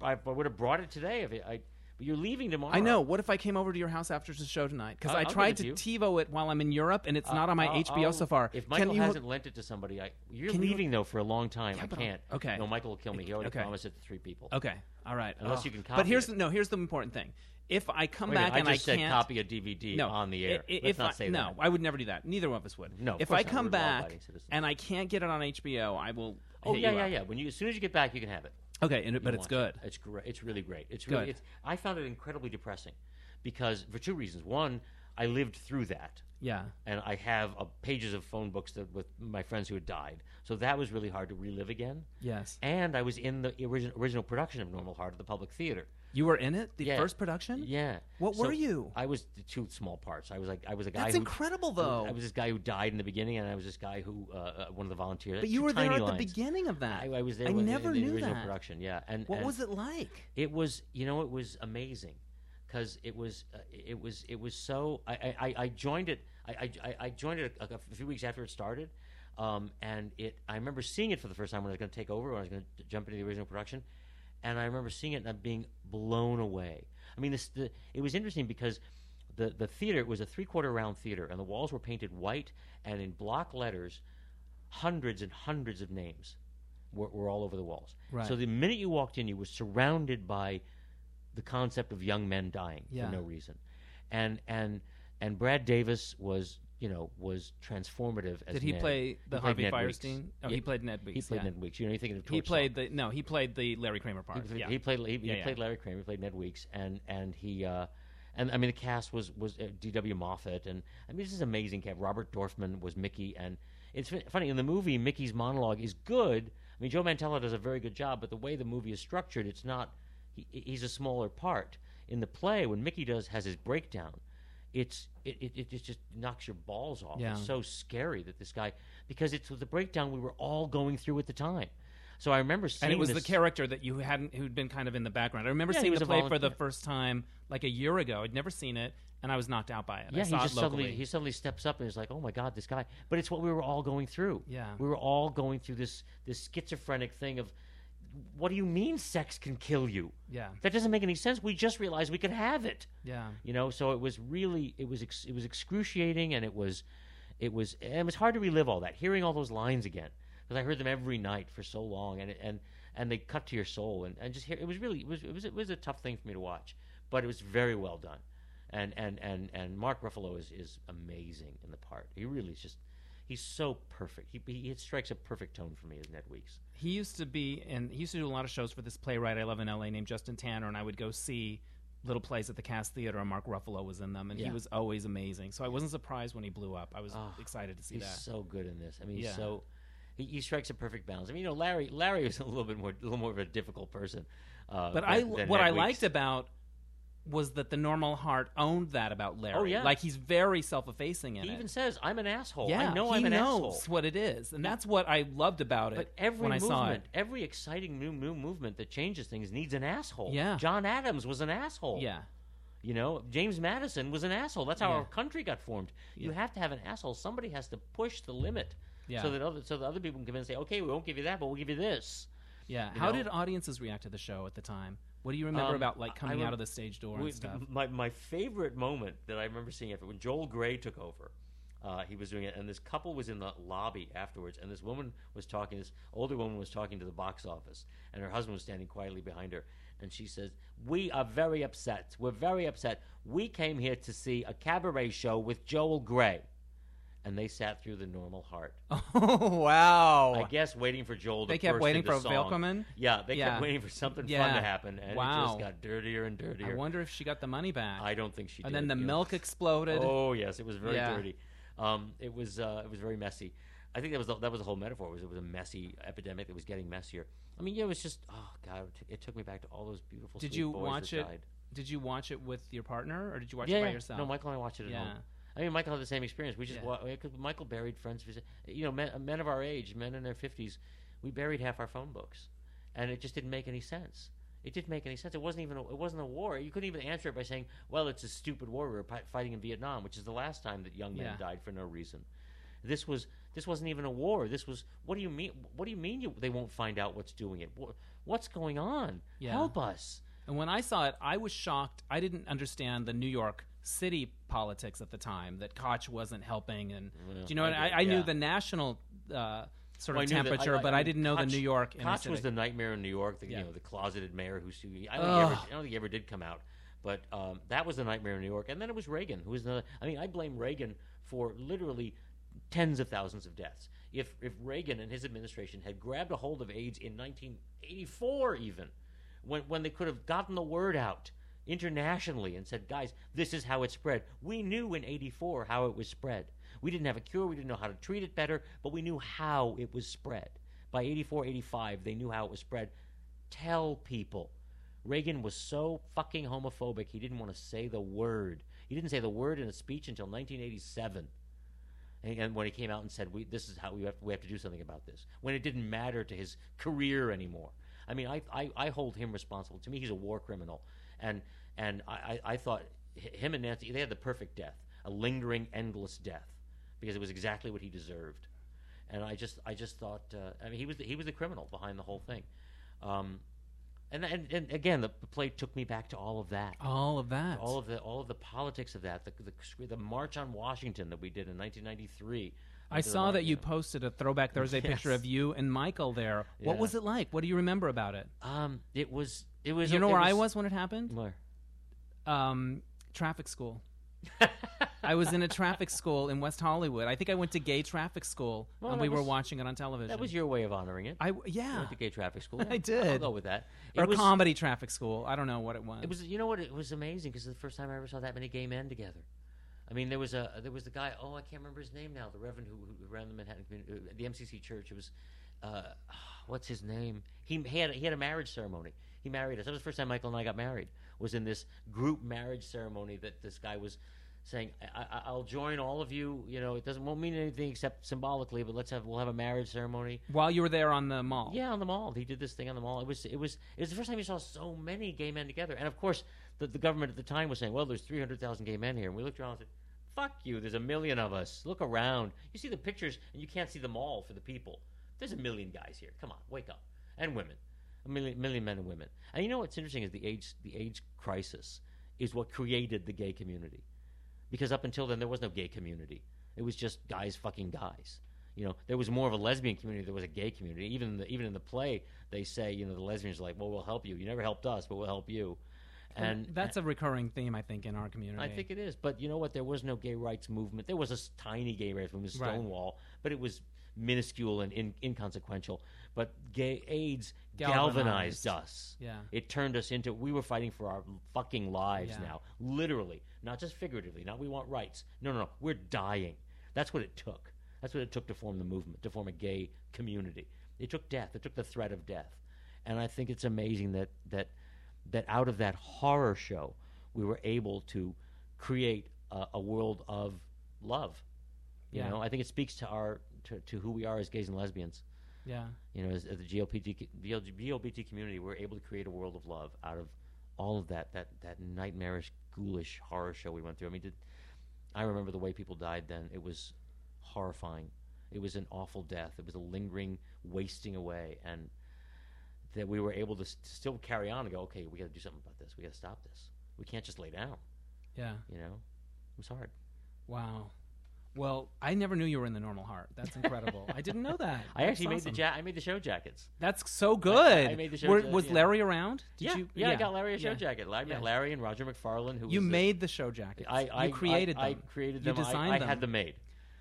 Speaker 2: I, I would have brought it today if it, I. But you're leaving tomorrow.
Speaker 1: I know. What if I came over to your house after the show tonight? Because
Speaker 2: I'll-
Speaker 1: I
Speaker 2: I'll give
Speaker 1: tried
Speaker 2: it
Speaker 1: to
Speaker 2: to Uh,
Speaker 1: TiVo it while I'm in Europe, and it's not on my
Speaker 2: I'll-
Speaker 1: HBO
Speaker 2: I'll-
Speaker 1: so far.
Speaker 2: If Michael
Speaker 1: Can you,
Speaker 2: hasn't lent it to somebody, I, you're
Speaker 1: Can you-
Speaker 2: leaving though for a long time. I
Speaker 1: but I'll-
Speaker 2: can't.
Speaker 1: okay.
Speaker 2: No, Michael will kill me. He already
Speaker 1: Okay.
Speaker 2: promised it to three people.
Speaker 1: Okay. All right.
Speaker 2: Unless
Speaker 1: Ugh.
Speaker 2: you can
Speaker 1: But
Speaker 2: copy
Speaker 1: here's
Speaker 2: it.
Speaker 1: the, no. Here's the important thing. If I come
Speaker 2: Wait a
Speaker 1: back
Speaker 2: minute,
Speaker 1: and
Speaker 2: I just
Speaker 1: I
Speaker 2: said
Speaker 1: can't
Speaker 2: copy a DVD
Speaker 1: no,
Speaker 2: on the air.
Speaker 1: I- i-
Speaker 2: Let's
Speaker 1: if
Speaker 2: not
Speaker 1: I-
Speaker 2: say
Speaker 1: no,
Speaker 2: that.
Speaker 1: I would never do that. Neither of us would.
Speaker 2: No, of
Speaker 1: If
Speaker 2: course
Speaker 1: I
Speaker 2: not.
Speaker 1: come
Speaker 2: We're law-abiding
Speaker 1: back
Speaker 2: citizens.
Speaker 1: and I can't get it on HBO, I will.
Speaker 2: Oh
Speaker 1: hit
Speaker 2: yeah,
Speaker 1: you
Speaker 2: yeah,
Speaker 1: up.
Speaker 2: yeah. When you as soon as you get back, you can have it.
Speaker 1: Okay, and, it- but
Speaker 2: You'll
Speaker 1: it's
Speaker 2: watch
Speaker 1: good.
Speaker 2: it. It's great. It's really great. It's really.
Speaker 1: Good.
Speaker 2: It's, I found it incredibly depressing, because for two reasons. One, I lived through that,
Speaker 1: Yeah.
Speaker 2: and I have uh, pages of phone books that with my friends who had died. So that was really hard to relive again.
Speaker 1: Yes.
Speaker 2: And I was in the origin, original production of Normal Heart at the Public Theater.
Speaker 1: You were in it, the
Speaker 2: Yeah.
Speaker 1: first production.
Speaker 2: Yeah.
Speaker 1: What
Speaker 2: So
Speaker 1: were you?
Speaker 2: I was the two small parts. I was like I was a guy.
Speaker 1: That's
Speaker 2: who,
Speaker 1: incredible,
Speaker 2: I was-
Speaker 1: though.
Speaker 2: I was this guy who died in the beginning, and I was this guy who uh, uh, one of the volunteers.
Speaker 1: but you
Speaker 2: two
Speaker 1: were there
Speaker 2: tiny
Speaker 1: at the
Speaker 2: lines.
Speaker 1: beginning of that.
Speaker 2: I, I was there.
Speaker 1: I
Speaker 2: when- in
Speaker 1: never
Speaker 2: the
Speaker 1: knew
Speaker 2: original
Speaker 1: that.
Speaker 2: production. Yeah, and
Speaker 1: What
Speaker 2: and
Speaker 1: was it like?
Speaker 2: It was you know it was amazing because it was uh, it was it was so I I, I- I joined it I I- I, I joined it a, a few weeks after it started. Um, and it, I remember seeing it for the first time when I was going to take over, when I was going to jump into the original production, and I remember seeing it and I'm being blown away. I mean, this, the, it was interesting because the the theater was a three quarter round theater, and the walls were painted white, and in block letters, hundreds and hundreds of names were, were all over the walls.
Speaker 1: Right.
Speaker 2: So the minute you walked in, you were surrounded by the concept of young men dying
Speaker 1: Yeah.
Speaker 2: for no reason, and and and Brad Davis was you know was transformative. As
Speaker 1: Did he
Speaker 2: Ned.
Speaker 1: play the
Speaker 2: played
Speaker 1: Harvey
Speaker 2: Ned Weeks.
Speaker 1: Firestein? Oh, he
Speaker 2: Yeah,
Speaker 1: played Ned
Speaker 2: He
Speaker 1: Weeks.
Speaker 2: played
Speaker 1: yeah.
Speaker 2: Ned Weeks. You know, you're thinking of
Speaker 1: He
Speaker 2: Torch Song.
Speaker 1: played the no. He played the Larry Kramer part.
Speaker 2: He,
Speaker 1: yeah.
Speaker 2: he played he, he
Speaker 1: Yeah, yeah.
Speaker 2: played Larry Kramer, he played Ned Weeks, and and he uh, and I mean the cast was was uh, D.W. Moffat, and I mean this is amazing cast. Robert Dorfman was Mickey, and it's fu- funny in the movie Mickey's monologue is good. I mean Joe Mantello does a very good job, but the way the movie is structured, it's not. He, he's a smaller part in the play when Mickey does has his breakdown. It's it, it, it just- just knocks your balls off.
Speaker 1: Yeah.
Speaker 2: It's so scary that this guy because it's the breakdown we were all going through at the time. So I remember
Speaker 1: and
Speaker 2: seeing
Speaker 1: it was the
Speaker 2: this-
Speaker 1: character that you hadn't who'd been kind of in the background. I remember
Speaker 2: Yeah, he
Speaker 1: seeing
Speaker 2: was
Speaker 1: the
Speaker 2: a
Speaker 1: play for the
Speaker 2: volunteer.
Speaker 1: first time like a year ago. I'd never seen it, and I was knocked out by it.
Speaker 2: Yeah,
Speaker 1: I
Speaker 2: he
Speaker 1: saw
Speaker 2: just
Speaker 1: it locally.
Speaker 2: suddenly he suddenly steps up and is like, "Oh my God, this guy!" But it's what we were all going through.
Speaker 1: Yeah.
Speaker 2: we were all going through this this schizophrenic thing of, "What do you mean sex can kill you?
Speaker 1: yeah,
Speaker 2: That doesn't make any sense. We just realized we could have it."
Speaker 1: yeah,
Speaker 2: You know, so it was really it was ex- it was excruciating, and it was it was and it was hard to relive all that. Hearing all those lines again because I heard them every night for so long, and it- and and they cut to your soul, and, and just hear it was really it was it was it was a tough thing for me to watch, but it was very well done, and and and and Mark Ruffalo is is amazing in the part. He really is just. He's so perfect. He, he it strikes a perfect tone for me as Ned Weeks.
Speaker 1: He used to be, and he used to do a lot of shows for this playwright I love in L.A. named Justin Tanner, and I would go see little plays at the Cass Theater, and Mark Ruffalo was in them, and he
Speaker 2: Yeah.
Speaker 1: was always amazing. So I wasn't surprised when he blew up. I was
Speaker 2: Oh,
Speaker 1: excited to see
Speaker 2: He's
Speaker 1: that.
Speaker 2: so good in this. I mean, he's
Speaker 1: Yeah.
Speaker 2: so he, he strikes a perfect balance. I mean, you know, Larry Larry was a little bit more a little more of a difficult person. Uh,
Speaker 1: But
Speaker 2: than-
Speaker 1: I,
Speaker 2: than
Speaker 1: what
Speaker 2: Ned
Speaker 1: I
Speaker 2: Weeks.
Speaker 1: liked about was that the normal heart owned that about Larry.
Speaker 2: Oh, yeah.
Speaker 1: like he's very self-effacing in
Speaker 2: He
Speaker 1: it.
Speaker 2: even says, "I'm an asshole.
Speaker 1: yeah,
Speaker 2: I know
Speaker 1: he
Speaker 2: I'm an
Speaker 1: knows
Speaker 2: asshole."
Speaker 1: what it is, and that's what I loved about it.
Speaker 2: But every
Speaker 1: when I
Speaker 2: movement,
Speaker 1: saw it,
Speaker 2: every exciting new new movement that changes things needs an asshole.
Speaker 1: Yeah.
Speaker 2: John Adams was an asshole.
Speaker 1: yeah,
Speaker 2: You know, James Madison was an asshole. That's how
Speaker 1: Yeah.
Speaker 2: our country got formed. You
Speaker 1: Yeah.
Speaker 2: have to have an asshole. Somebody has to push the limit.
Speaker 1: yeah,
Speaker 2: So that other so that other people can come in and say, Okay, we won't give you that, but we'll give you this.
Speaker 1: yeah.
Speaker 2: you
Speaker 1: How
Speaker 2: know-
Speaker 1: did audiences react to the show at the time? What do you remember
Speaker 2: Um,
Speaker 1: about like
Speaker 2: I- I
Speaker 1: coming
Speaker 2: rem-
Speaker 1: out of the stage door
Speaker 2: We-
Speaker 1: and stuff? [LAUGHS]
Speaker 2: [LAUGHS] My, my favorite moment that I remember seeing after when Joel Gray took over, uh, he was doing it, and this couple was in the lobby afterwards, and this woman was talking. This older woman was talking to the box office, and her husband was standing quietly behind her. And she says, "We are very upset. We're very upset. We came here to see a cabaret show with Joel Gray." And they sat through the normal heart.
Speaker 1: Oh wow!
Speaker 2: I guess waiting for Joel to
Speaker 1: they kept
Speaker 2: burst
Speaker 1: waiting
Speaker 2: into
Speaker 1: for
Speaker 2: song.
Speaker 1: Velkoman.
Speaker 2: Yeah, they
Speaker 1: Yeah.
Speaker 2: kept waiting for something fun
Speaker 1: Yeah.
Speaker 2: to happen, and it
Speaker 1: Wow.
Speaker 2: just got dirtier and dirtier.
Speaker 1: I wonder if she got the money back.
Speaker 2: I don't think she
Speaker 1: and
Speaker 2: did.
Speaker 1: then the
Speaker 2: you know.
Speaker 1: milk exploded.
Speaker 2: Oh yes, it was very
Speaker 1: Yeah.
Speaker 2: dirty. Um, it was uh, it was very messy. I think that was the, that was the whole metaphor. Was it was a messy epidemic that was getting messier. I mean, yeah, it was just oh god, it, t- it took me back to all those beautiful.
Speaker 1: Did
Speaker 2: sweet
Speaker 1: you
Speaker 2: boys
Speaker 1: watch
Speaker 2: that
Speaker 1: it
Speaker 2: died.
Speaker 1: Did you watch it with your partner, or did you watch
Speaker 2: yeah,
Speaker 1: it by
Speaker 2: yeah.
Speaker 1: yourself?
Speaker 2: No, Michael and I watched it at
Speaker 1: yeah,
Speaker 2: home. I mean, Michael had the same experience. We just
Speaker 1: Yeah.
Speaker 2: wa- cause Michael buried friends. of his- You know, men, men of our age, men in their fifties, we buried half our phone books, and it just didn't make any sense. It didn't make any sense. It wasn't even a, it wasn't a war. You couldn't even answer it by saying, "Well, it's a stupid war. We were pi- fighting in Vietnam, which is the last time that young men
Speaker 1: Yeah.
Speaker 2: died for no reason." This was this wasn't even a war. This was what do you mean? What do you mean you, they won't find out what's doing it? Wha- What's going on?
Speaker 1: Yeah.
Speaker 2: Help us.
Speaker 1: And when I saw it, I was shocked. I didn't understand the New York City politics at the time. That Koch wasn't helping, and do you know what? I, I
Speaker 2: Yeah.
Speaker 1: knew the national uh, sort
Speaker 2: Well,
Speaker 1: of
Speaker 2: I knew that-
Speaker 1: temperature,
Speaker 2: I- I-
Speaker 1: but
Speaker 2: I
Speaker 1: I
Speaker 2: mean,
Speaker 1: didn't know
Speaker 2: Koch-
Speaker 1: the New York. inner
Speaker 2: Koch was
Speaker 1: city.
Speaker 2: the nightmare in New York. The,
Speaker 1: Yeah.
Speaker 2: You know, the closeted mayor who sued. I don't, think he ever,
Speaker 1: Ugh.
Speaker 2: I don't think he ever did come out, but um, that was the nightmare in New York. And then it was Reagan, who was another. I mean, I blame Reagan for literally tens of thousands of deaths. If if Reagan and his administration had grabbed a hold of AIDS in 1984, even when when they could have gotten the word out internationally and said, guys, this is how it spread. We knew in 84 how it was spread. We didn't have a cure, we didn't know how to treat it better, but we knew how it was spread. By 84, 85, they knew how it was spread. Tell people. Reagan was so fucking homophobic, he didn't want to say the word. He didn't say the word in a speech until 1987. And and when he came out and said, "We this is how we have we have to do something about this," when it didn't matter to his career anymore. I mean, I I, I hold him responsible. To me, he's a war criminal, and and I I, I thought h- him and Nancy they had the perfect death, a lingering, endless death, because it was exactly what he deserved. And I just I just thought uh, I mean he was the, he was the criminal behind the whole thing, um, and, and and again the play took me back to all of that
Speaker 1: all of that.
Speaker 2: all of the all of the politics of that, the the, the march on Washington that we did in 1993.
Speaker 1: I
Speaker 2: under the
Speaker 1: saw that you
Speaker 2: monument.
Speaker 1: posted a throwback Thursday picture
Speaker 2: [LAUGHS] Yes.
Speaker 1: of you and Michael there. What
Speaker 2: Yeah.
Speaker 1: was it like? What do you remember about it?
Speaker 2: Um, it was it was.
Speaker 1: you know
Speaker 2: it
Speaker 1: where I was when it happened?
Speaker 2: Where?
Speaker 1: um, traffic school. [LAUGHS] I was in a
Speaker 2: [LAUGHS]
Speaker 1: traffic school in West Hollywood. I think I went to gay traffic school,
Speaker 2: Well,
Speaker 1: and
Speaker 2: that
Speaker 1: we were
Speaker 2: was-
Speaker 1: watching it on television.
Speaker 2: That was your way of honoring it.
Speaker 1: I
Speaker 2: You
Speaker 1: yeah,
Speaker 2: went to gay traffic
Speaker 1: [LAUGHS]
Speaker 2: school.
Speaker 1: I
Speaker 2: Yeah, I'll
Speaker 1: did.
Speaker 2: go with that. It
Speaker 1: or
Speaker 2: was,
Speaker 1: comedy traffic school. I don't know what it was.
Speaker 2: It was you know what it was amazing because the first time I ever saw that many gay men together. I mean, there was a there was the guy. Oh, I can't remember his name now. The Reverend who, who ran the Manhattan community, uh, the MCC Church. It was, uh, what's his name? He, he had a, he had a marriage ceremony. He married us. That was the first time Michael and I got married. Was in this group marriage ceremony that this guy was saying, I, I, "I'll join all of you." You know, it doesn't won't mean anything except symbolically, but let's have we'll have a marriage ceremony.
Speaker 1: While you were there on the mall.
Speaker 2: Yeah, on the mall. He did this thing on the mall. It was it was it was the first time you saw so many gay men together. And of course, the, the government at the time was saying, "Well, there's 300,000 gay men here." And we looked around and said, "Fuck you. There's a million of us. Look around. You see the pictures and you can't see them all for the people. There's a million guys here. Come on, wake up." And women. A million million men and women. And you know what's interesting is the age the age crisis is what created the gay community. Because up until then there was no gay community. It was just guys fucking guys you know there was more of a lesbian community there was a gay community even in the, even in the play they say you know the lesbians are like well we'll help you you never helped us but we'll help you and
Speaker 1: and that's a recurring theme I think in our community.
Speaker 2: I think it is. But you know what? There was no gay rights movement. There was a s- tiny gay rights movement,
Speaker 1: Right.
Speaker 2: Stonewall, but it was minuscule and in, inconsequential. But gay AIDS galvanized,
Speaker 1: Galvanized.
Speaker 2: us.
Speaker 1: Yeah.
Speaker 2: It turned us into we were fighting for our fucking lives
Speaker 1: Yeah.
Speaker 2: now, literally, not just figuratively. Not we want rights. No, no, no. We're dying. That's what it took. That's what it took to form the movement, to form a gay community. It took death. It took the threat of death. And I think it's amazing that that that out of that horror show we were able to create a, a world of love. You
Speaker 1: Yeah.
Speaker 2: know, I think it speaks to our to, to who we are as gays and lesbians.
Speaker 1: Yeah.
Speaker 2: You know, as, as the GLBT, GLBT community, we're able to create a world of love out of all of that that that nightmarish, ghoulish horror show we went through. I mean, did, I remember the way people died then. It was horrifying. It was an awful death. It was a lingering wasting away, and that we were able to s- still carry on and go, okay, we got to do something about this. We got to stop this. We can't just lay down.
Speaker 1: Yeah.
Speaker 2: You know, it was hard.
Speaker 1: Wow. Well, I never knew you were in the normal heart. That's incredible. I didn't know that.
Speaker 2: [LAUGHS] I
Speaker 1: That's
Speaker 2: actually made the
Speaker 1: awesome.
Speaker 2: ja- I made the show jackets.
Speaker 1: That's so good.
Speaker 2: I made the show
Speaker 1: Were-
Speaker 2: jacket,
Speaker 1: was
Speaker 2: yeah.
Speaker 1: Larry around? Did
Speaker 2: yeah,
Speaker 1: you?
Speaker 2: yeah, I got Larry a show
Speaker 1: yeah.
Speaker 2: jacket. I met
Speaker 1: Yeah.
Speaker 2: Larry and Roger McFarlane, who
Speaker 1: You
Speaker 2: was the-
Speaker 1: made the show jacket.
Speaker 2: I, I
Speaker 1: you created
Speaker 2: I,
Speaker 1: them.
Speaker 2: I created
Speaker 1: You
Speaker 2: them. I-
Speaker 1: designed
Speaker 2: I,
Speaker 1: them.
Speaker 2: had them made.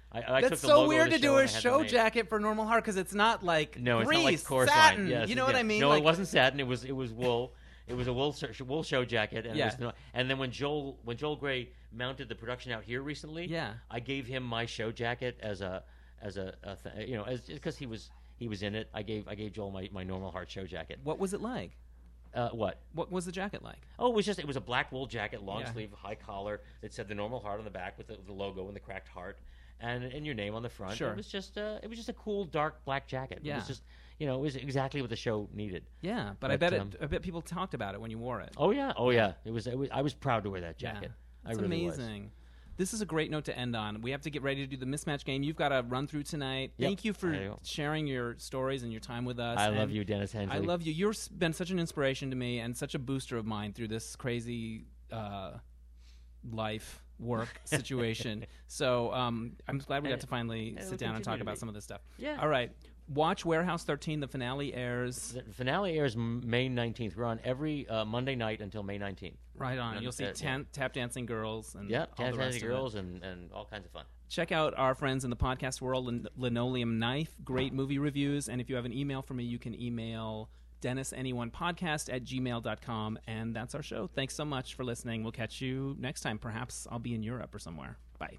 Speaker 2: I, I took
Speaker 1: That's
Speaker 2: the
Speaker 1: so
Speaker 2: logo of
Speaker 1: weird
Speaker 2: the
Speaker 1: to do
Speaker 2: show and
Speaker 1: a
Speaker 2: I had them
Speaker 1: show
Speaker 2: made.
Speaker 1: jacket for normal heart because it's not like
Speaker 2: No, it's
Speaker 1: Grease,
Speaker 2: not like chorus
Speaker 1: satin.
Speaker 2: line. Yes,
Speaker 1: you know what
Speaker 2: yes.
Speaker 1: I mean?
Speaker 2: No,
Speaker 1: like,
Speaker 2: it wasn't satin. It was it was wool. it was a wool sh- wool show jacket. And, it
Speaker 1: Yeah.
Speaker 2: was no- and then when Joel when Joel Gray mounted the production out here recently,
Speaker 1: Yeah.
Speaker 2: I gave him my show jacket as a as a, a th- you know as because he was he was in it. I gave I gave Joel my, my normal heart show jacket.
Speaker 1: What was it like?
Speaker 2: Uh, what?
Speaker 1: What was the jacket like?
Speaker 2: Oh, it was just it was a black wool jacket, long
Speaker 1: Yeah.
Speaker 2: sleeve, high collar that said the normal heart on the back with the, the logo and the cracked heart, and and your name on the front.
Speaker 1: Sure.
Speaker 2: It was just a, it was just a cool dark black jacket. It
Speaker 1: Yeah.
Speaker 2: was just you know it was exactly what the show needed.
Speaker 1: Yeah, but, I
Speaker 2: But,
Speaker 1: bet
Speaker 2: um,
Speaker 1: it, I bet people talked about it when you wore it.
Speaker 2: Oh yeah, oh yeah. It was, it was I was proud to wear that jacket.
Speaker 1: Yeah. That's
Speaker 2: I really was.
Speaker 1: amazing. This is a great note to end on. We have to get ready to do the mismatch game. You've got a run through tonight.
Speaker 2: Yep.
Speaker 1: Thank you for
Speaker 2: I-
Speaker 1: sharing your stories and your time with us.
Speaker 2: I
Speaker 1: and
Speaker 2: love you, Dennis Hensley.
Speaker 1: I love you. You've s- been such an inspiration to me and such a booster of mine through this crazy uh, life
Speaker 2: [LAUGHS]
Speaker 1: work situation. so um, I'm glad we got
Speaker 2: And-
Speaker 1: to finally
Speaker 2: and
Speaker 1: sit
Speaker 2: it'll
Speaker 1: down and talk
Speaker 2: continue to
Speaker 1: about
Speaker 2: be.
Speaker 1: some of this stuff.
Speaker 2: Yeah.
Speaker 1: All right. Watch Warehouse 13. The finale airs
Speaker 2: The finale airs M- May nineteenth. We're on every uh, Monday night until May nineteenth.
Speaker 1: right on.
Speaker 2: And,
Speaker 1: You'll see
Speaker 2: uh, yeah.
Speaker 1: tan- tap dancing girls and
Speaker 2: Yep,
Speaker 1: Mm, all the
Speaker 2: Dennis
Speaker 1: rest
Speaker 2: Hensley
Speaker 1: of it.
Speaker 2: girls and, and all kinds of fun.
Speaker 1: check out our friends in the podcast world, Lin- Linoleum Knife, great movie reviews. And if you have an email for me, you can email DennisAnyonePodcast at gmail.com. And that's our show. Thanks so much for listening. We'll catch you next time. Perhaps I'll be in Europe or somewhere. Bye.